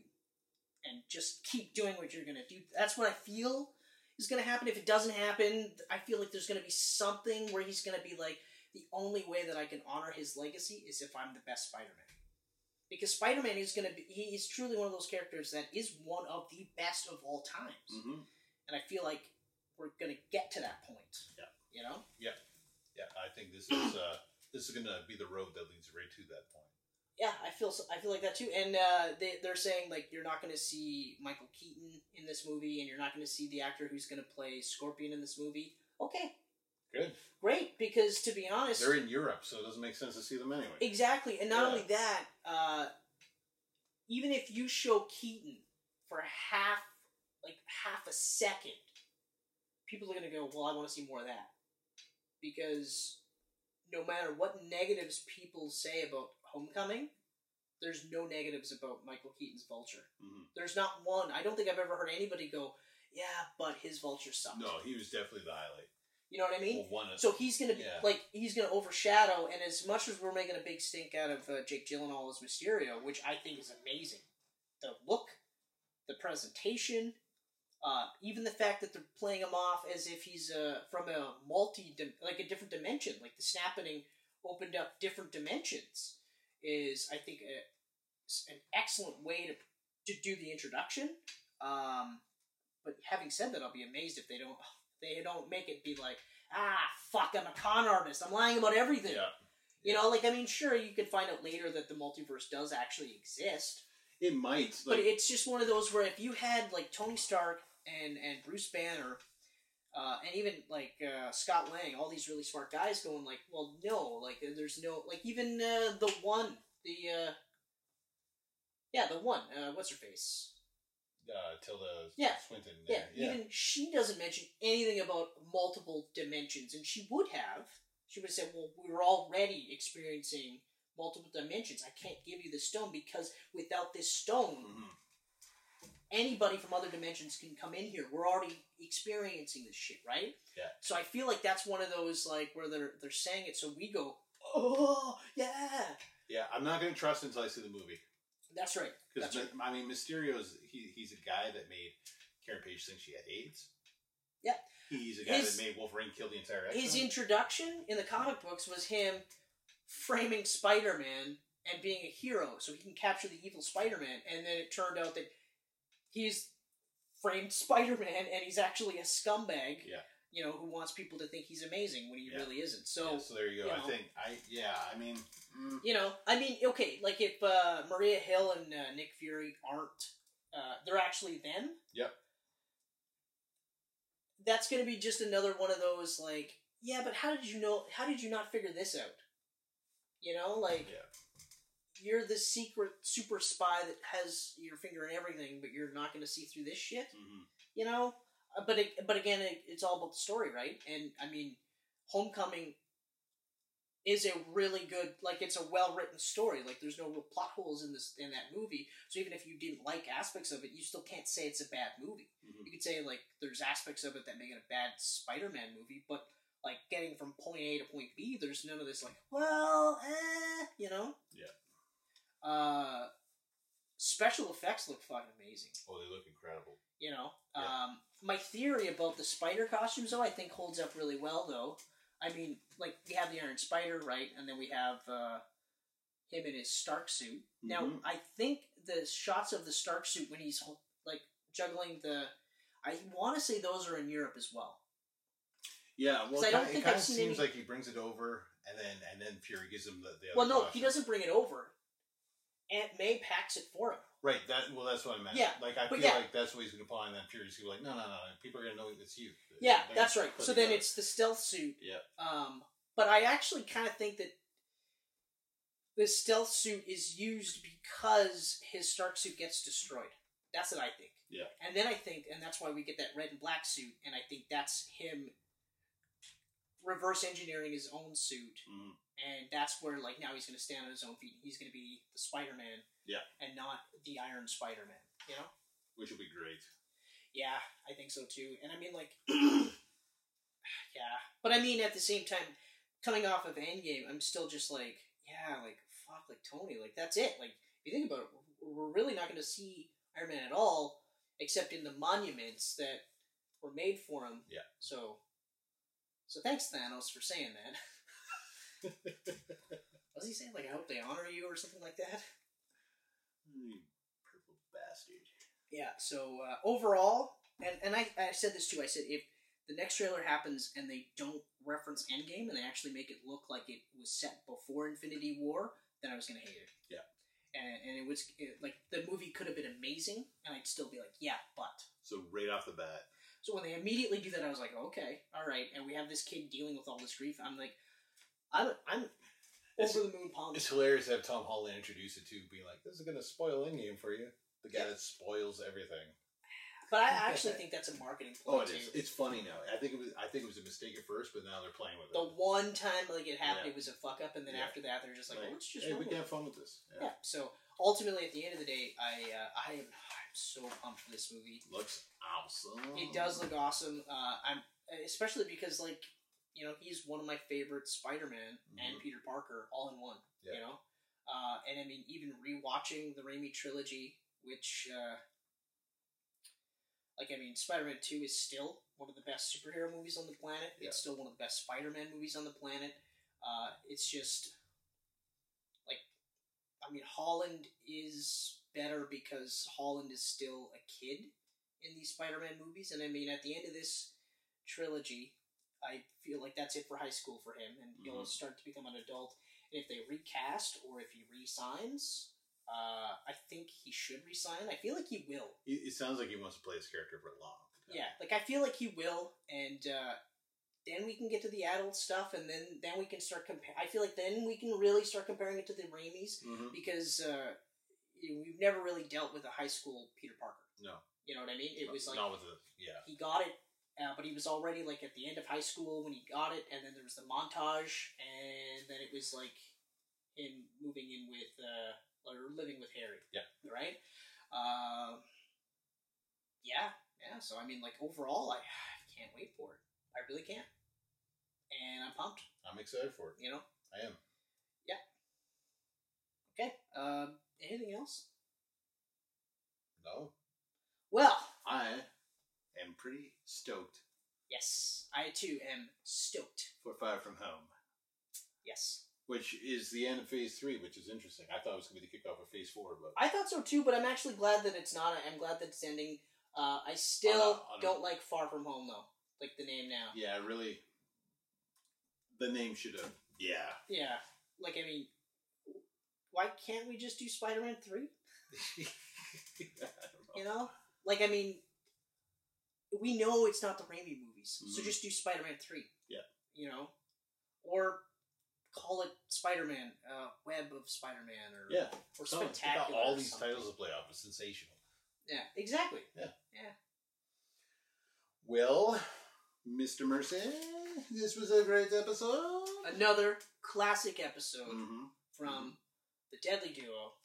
S2: and just keep doing what you're gonna do. That's what I feel is gonna happen. If it doesn't happen, I feel like there's gonna be something where he's gonna be like, the only way that I can honor his legacy is if I'm the best Spider-Man. Because Spider-Man is gonna be, he is truly one of those characters that is one of the best of all times,
S3: Mhm.
S2: and I feel like we're gonna get to that point.
S3: Yeah.
S2: You know.
S3: Yeah, I think
S4: This is uh, this is gonna be the road that leads right to that point.
S2: Yeah, I feel so, I feel like that too. And uh, they they're saying like you're not going to see Michael Keaton in this movie, and you're not going to see the actor who's going to play Scorpion in this movie. Okay,
S4: Good.
S2: great. Because to be honest,
S4: They're in Europe, so it doesn't make sense to see them anyway.
S2: exactly. And not
S4: Yeah.
S2: only that, uh, even if you show Keaton for half like half a second, people are going to go, "Well, I want to see more of that," because no matter what negatives people say about Homecoming, there's no negatives about Michael Keaton's Vulture.
S3: Mhm.
S2: There's not one. I don't think I've ever heard anybody go, "Yeah, but his Vulture sucked."
S4: No, he was definitely the highlight.
S2: You know what I mean?
S4: Well, one of
S2: So he's gonna be
S4: Yeah.
S2: like he's gonna overshadow, and as much as we're making a big stink out of uh, Jake Gyllenhaal as Mysterio, which I think is amazing, the look, the presentation, uh, even the fact that they're playing him off as if he's uh, from a multi like a different dimension, like the snapping opened up different dimensions, is I think uh, a, s- an excellent way to to do the introduction. Um, but having said that, I'll be amazed if they don't <laughs> they don't make it be like ah, fuck, I'm a con artist. I'm lying about everything.
S4: Yeah.
S2: You know, like, I mean, sure, you could find out later that the multiverse does actually exist,
S3: it might.
S2: but
S3: Like,
S2: it's just one of those where if you had, like, Tony Stark and, and Bruce Banner, uh, and even, like, uh, Scott Lang, all these really smart guys going, like, well, no, like, uh, there's no, like, even uh, the one, the, uh, yeah, the one, uh, what's her face?
S4: uh, Tilda
S2: Yeah.
S4: Swinton.
S2: Yeah,
S4: there. yeah.
S2: even she doesn't mention anything about multiple dimensions, and she would have. She would have said, "Well, we were already experiencing multiple dimensions. I can't give you the stone because without this stone,
S3: Mhm.
S2: anybody from other dimensions can come in here. We're already experiencing this shit, right?"
S4: Yeah.
S2: So I feel like that's one of those like where they're they're saying it, so we go, "Oh yeah,
S3: yeah, I'm not gonna trust until I see the movie.
S2: that's right."
S3: Because
S2: That's right.
S3: I mean, Mysterio's he, he's a guy that made Karen Page think she had AIDS.
S2: Yeah.
S3: he's a guy
S2: His-
S3: that made Wolverine kill the entire. X-Men.
S2: his introduction in the comic books was him framing Spider-Man and being a hero so he can capture the evil Spider-Man and then it turned out that he's framed Spider-Man and he's actually a scumbag
S3: Yeah.
S2: you know who wants people to think he's amazing when he
S3: Yeah.
S2: really isn't
S3: Yeah,
S2: so
S3: so there you go.
S2: you
S3: I
S2: know.
S3: think I yeah. I mean, mm,
S2: you know I mean okay like if uh, Maria Hill and uh, Nick Fury aren't uh, they're actually them
S3: Yep.
S2: that's gonna be just another one of those like yeah but how did you know how did you not figure this out you know like
S3: yeah.
S2: you're the secret super spy that has your finger in everything, but you're not going to see through this shit,
S3: mhm.
S2: you know. Uh, But it, but again, it, it's all about the story, right? And I mean, Homecoming is a really good, like it's a well written story. Like there's no real plot holes in this in that movie. So even if you didn't like aspects of it, you still can't say it's a bad movie.
S3: Mhm.
S2: You could say like there's aspects of it that make it a bad Spider-Man movie, but like getting from point A to point B, there's none of this like, well, eh, you know. Yeah. Uh, special effects look fucking amazing.
S4: Oh, they look incredible.
S2: You know.
S4: Yeah.
S2: Um, my theory about the spider costumes though, I think holds up really well though. I mean, like we have the Iron Spider, right, and then we have uh, him in his Stark suit. Now,
S3: Mhm.
S2: I think the shots of the Stark suit when he's like juggling the, I want to say those are in Europe as well.
S3: yeah. Well,
S2: 'Cause I
S3: it
S2: don't
S3: kind,
S2: think
S3: it kind
S2: I've
S3: of
S2: seen
S3: seems
S2: any-
S3: like he brings it over, and then and then Fury gives him the. the other
S2: Well, no,
S3: caution.
S2: he doesn't bring it over. Aunt May packs it for him.
S3: Right. That well, that's what I meant.
S2: Yeah,
S3: Like I
S2: but
S3: feel
S2: yeah.
S3: like that's what he's gonna apply, and then Fury's gonna be like, no, no, no. People are gonna know it's you.
S2: Yeah,
S3: They're
S2: that's
S3: gonna
S2: right.
S3: put
S2: So
S3: it
S2: then
S3: down.
S2: it's the stealth suit.
S3: Yeah.
S2: Um, but I actually kind of think that the stealth suit is used because his Stark suit gets destroyed. That's what I think.
S3: Yeah.
S2: And then I think, and that's why we get that red and black suit, and I think that's him reverse engineering his own suit,
S4: mm-hmm,
S3: Mhm.
S2: and that's where like now he's going to stand on his own feet. He's going to be the Spider Man.
S3: Yeah.
S2: And not the Iron Spider Man. You know.
S3: Which would be great.
S2: Yeah, I think so too. And I mean, like, <clears throat> yeah. But I mean, at the same time, coming off of Endgame, I'm still just like, yeah, like, fuck, like, Tony, like, that's it. Like, if you think about it, we're we're really not going to see Iron Man at all, except in the monuments that were made for him.
S3: Yeah.
S2: So, so thanks, Thanos, for saying that. Was he saying, like, I hope they honor you or something like that?
S4: Mm-hmm.
S3: You purple bastard.
S2: Yeah. So uh, overall, and and I, I said this too. I said if the next trailer happens and they don't reference Endgame and they actually make it look like it was set before Infinity War, then I was gonna hate it.
S3: Yeah.
S2: And, and it was it, like the movie could have been amazing, and I'd still be like, yeah, but.
S3: So right off the bat,
S2: So when they immediately do that, I was like, okay, all right. And we have this kid dealing with all this grief. I'm like, I'm I'm
S3: It's-
S2: over the moon pumped.
S3: it's
S4: hilarious to have Tom Holland introduce it to being like, this is going to spoil Endgame for you. The guy
S2: Yeah.
S4: that spoils everything.
S2: But
S3: <laughs>
S2: I actually think that's a marketing
S3: oh,
S2: play
S3: it
S2: too.
S3: is. It's funny now. I think it was. I think it was a mistake at first, but now they're playing with it.
S2: the one time like it happened,
S3: Yeah.
S2: it was a fuck up, and then
S3: Yeah.
S2: after that, they're just like,
S3: Like,
S2: well, let's just
S3: hey,
S2: run
S3: we
S2: with it."
S3: can have fun with this.
S2: yeah. So ultimately, at the end of the day, I uh, I am I'm so pumped for this movie.
S3: Looks awesome.
S2: It does look awesome. Uh, I'm especially because like you know he's one of my favorite Spider-Man and Peter Parker all in one. You
S3: Mm-hmm. Yeah.
S2: know, uh, and I mean even rewatching the Raimi trilogy, which uh, like I mean Spider-Man Two is still one of the best superhero movies on the planet.
S3: Yeah.
S2: It's still one of the best Spider-Man movies on the planet. Uh, it's just like I mean Holland is better because Holland is still a kid in these Spider-Man movies, and I mean at the end of this trilogy, I feel like that's it for high school for him, and he'll
S3: Mhm.
S2: start to become an adult. And if they recast or if he resigns, uh, I think he should resign. I feel like he will.
S3: It, it sounds like he wants to play his character for long.
S2: Yeah, like I feel like he will, and uh, then we can get to the adult stuff, and then then we can start compare. I feel like then we can really start comparing it to the Raimis
S3: Mm-hmm.
S2: because uh, you know, we've never really dealt with a high school Peter Parker.
S3: No.
S2: you know what I mean. It was like
S3: not with the yeah.
S2: he got it, uh, but he was already like at the end of high school when he got it, and then there was the montage, and then it was like him moving in with uh, or living with Harry.
S3: Yeah.
S2: Right. Um. yeah, yeah. So I mean, like overall, I, I can't wait for it. I really can't, and I'm pumped.
S4: I'm excited for it.
S2: You know.
S4: I am.
S2: Okay. Um. Anything else?
S4: No.
S2: Well,
S3: I am pretty stoked
S2: yes, I too am stoked.
S3: for Far From Home,
S2: Yes.
S4: Which is the end of phase three, which is interesting. I thought it was going to be the kickoff of phase four, but
S2: I thought so too, but I'm actually glad that it's not. I'm glad that it's ending. Uh, I still
S3: On a- on a-
S2: don't like Far From Home though, like the name now.
S4: yeah, I really.
S3: the name should have. Yeah.
S4: <laughs>
S2: Yeah, like I mean, why can't we just do Spider-Man three? You know, like I mean, we know it's not the Raimi movies, so
S3: Mhm.
S2: just do Spider-Man three.
S3: Yeah.
S2: you know, or call it Spider-Man, uh, Web of Spider-Man, or
S3: yeah.
S2: or
S4: Something. They got
S2: Spectacular.
S4: all
S2: or
S4: these
S2: something.
S4: titles to play off. It's sensational.
S2: Yeah, exactly.
S3: Well, Mr. Mercy, this was a great episode.
S2: Another classic episode
S3: hmm
S2: from the Deadly Duo.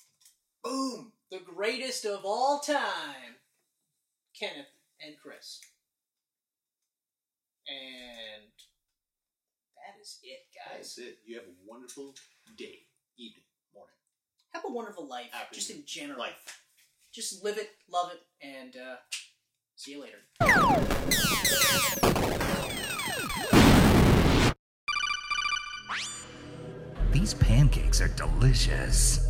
S3: Boom.
S2: the greatest of all time, Kenneth and Chris. And that is it, guys.
S3: That's it. You have a wonderful day, evening, morning.
S2: Have a wonderful life,
S3: Happy
S2: just in general.
S3: Life.
S2: Just live it, love it, and uh, see you later.
S1: These pancakes are delicious.